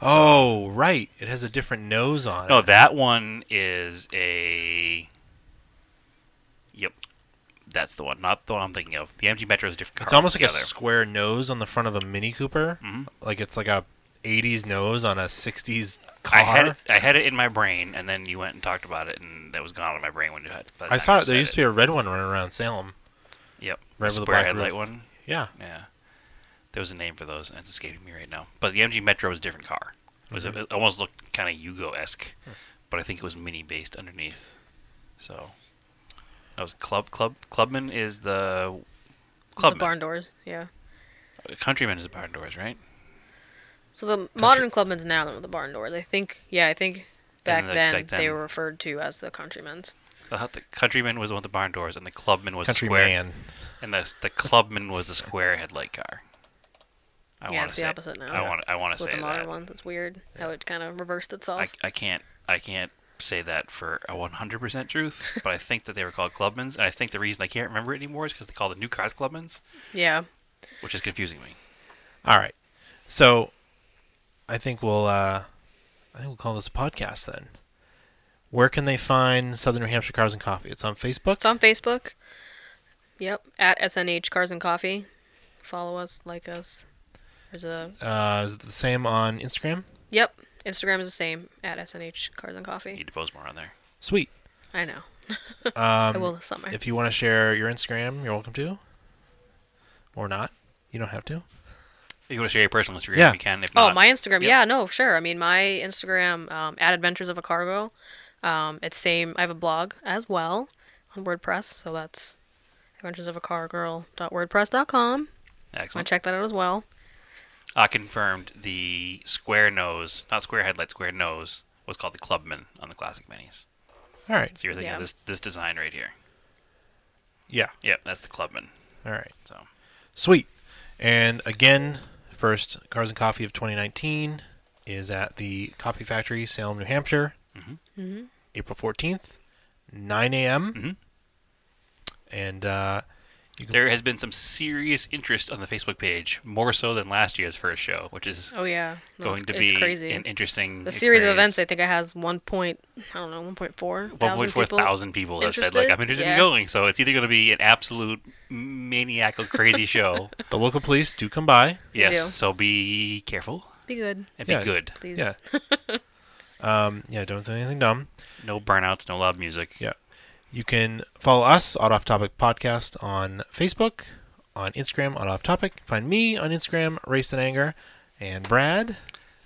Speaker 1: Oh, right. It has a different nose on it.
Speaker 2: No, that one is a. Yep, that's the one. Not the one I'm thinking of. The MG Metro is a different car.
Speaker 1: It's almost like a
Speaker 2: altogether.
Speaker 1: square nose on the front of a Mini Cooper.
Speaker 2: Mhm.
Speaker 1: Like it's like a 80s nose on a 60s car.
Speaker 2: I had it, I had it in my brain, and then you went and talked about it, and that was gone out of my brain when you had.
Speaker 1: I saw it. There used to be a red one running around Salem.
Speaker 2: Yep,
Speaker 1: red
Speaker 2: red
Speaker 1: with a
Speaker 2: square
Speaker 1: black
Speaker 2: headlight
Speaker 1: roof.
Speaker 2: one.
Speaker 1: Yeah.
Speaker 2: Yeah, there was a name for those, and it's escaping me right now. But the MG Metro was a different car. It was a, it almost looked kind of Yugo esque, but I think it was Mini based underneath. So that was Club Club Clubman is the
Speaker 3: The
Speaker 2: Clubman.
Speaker 3: barn doors. Yeah.
Speaker 2: Countryman is the barn doors, right?
Speaker 3: So the modern clubmen's now than the barn doors. I think, yeah, I think back
Speaker 2: like-
Speaker 3: then,
Speaker 2: back
Speaker 3: they
Speaker 2: then.
Speaker 3: were referred to as the countrymen's.
Speaker 2: So I thought the countryman was the one with the barn doors, and the clubman was
Speaker 1: Country
Speaker 2: the square,
Speaker 1: man.
Speaker 2: and the the clubman was the square headlight car. I
Speaker 3: yeah,
Speaker 2: want
Speaker 3: it's
Speaker 2: to
Speaker 3: the
Speaker 2: say
Speaker 3: opposite now.
Speaker 2: I want I want to
Speaker 3: With
Speaker 2: say
Speaker 3: the modern
Speaker 2: that.
Speaker 3: ones, it's weird how it kind of reversed itself.
Speaker 2: I, I can't I can't say that for a 100% truth, but I think that they were called clubmans, and I think the reason I can't remember it anymore is because they call the new cars clubmans,
Speaker 3: yeah.
Speaker 2: which is confusing me.
Speaker 1: All right. So I think we'll uh, I think we'll call this a podcast then. Where can they find Southern New Hampshire Cars and Coffee? It's on Facebook.
Speaker 3: It's on Facebook. Yep. At SNH Cars and Coffee. Follow us, like us. There's a
Speaker 1: Uh, is it the same on Instagram?
Speaker 3: yep. Instagram is the same at SNH Cars and Coffee.
Speaker 2: Need to post more on there.
Speaker 1: Sweet.
Speaker 3: I know.
Speaker 1: Um,
Speaker 3: I will this summer.
Speaker 1: If you want to share your Instagram, you're welcome to. Or not. You don't have to.
Speaker 2: If you want to share your personal Instagram,
Speaker 1: Yeah.
Speaker 2: you can. If
Speaker 3: Oh,
Speaker 2: not,
Speaker 3: my Instagram.
Speaker 2: Yeah.
Speaker 3: Yeah, no, sure. I mean, my Instagram um, at Adventures of a Cargo. Um, it's same. I have a blog as well on WordPress, so that's adventuresofacargirl.wordpress.com. Want
Speaker 2: excellent.
Speaker 3: to check that out as well.
Speaker 2: I confirmed the square nose, not square headlight, square nose was called the Clubman on the classic minis.
Speaker 1: All right.
Speaker 2: So you're thinking
Speaker 3: Yeah.
Speaker 2: of this this design right here.
Speaker 1: Yeah.
Speaker 2: Yep, that's the Clubman.
Speaker 1: All right.
Speaker 2: So
Speaker 1: Sweet. And again, first Cars and Coffee of 2019 is at the Coffee Factory, Salem, New Hampshire, April 14th, 9 a.m.
Speaker 2: Mhm.
Speaker 1: And uh, you can,
Speaker 2: there has been some serious interest on the Facebook page, more so than last year's first show, which is
Speaker 3: Oh yeah, No,
Speaker 2: going
Speaker 3: it's,
Speaker 2: to
Speaker 3: it's
Speaker 2: be
Speaker 3: crazy.
Speaker 2: an interesting.
Speaker 3: the series of
Speaker 2: experience.
Speaker 3: events, I think, I has one point. I don't know, one point four.
Speaker 2: One point four thousand people have said like
Speaker 3: interested?
Speaker 2: I'm interested in
Speaker 3: Yeah.
Speaker 2: going, so it's either going to be an absolute maniacal crazy show.
Speaker 1: the local police do come by.
Speaker 3: They do.
Speaker 2: Yes, so be careful
Speaker 3: Be good,
Speaker 2: and
Speaker 1: Yeah.
Speaker 2: be good.
Speaker 3: please.
Speaker 1: Yeah. Um, yeah, don't do anything dumb.
Speaker 2: No burnouts, no loud music.
Speaker 1: Yeah. You can follow us, Odd Off Topic Podcast, on Facebook, on Instagram, Odd Off Topic. Find me on Instagram, Race and Anger, and Brad.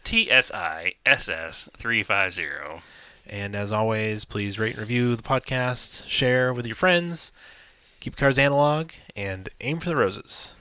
Speaker 2: TSI SS three five zero.
Speaker 1: And as always, please rate and review the podcast, share with your friends, keep cars analog, and aim for the roses.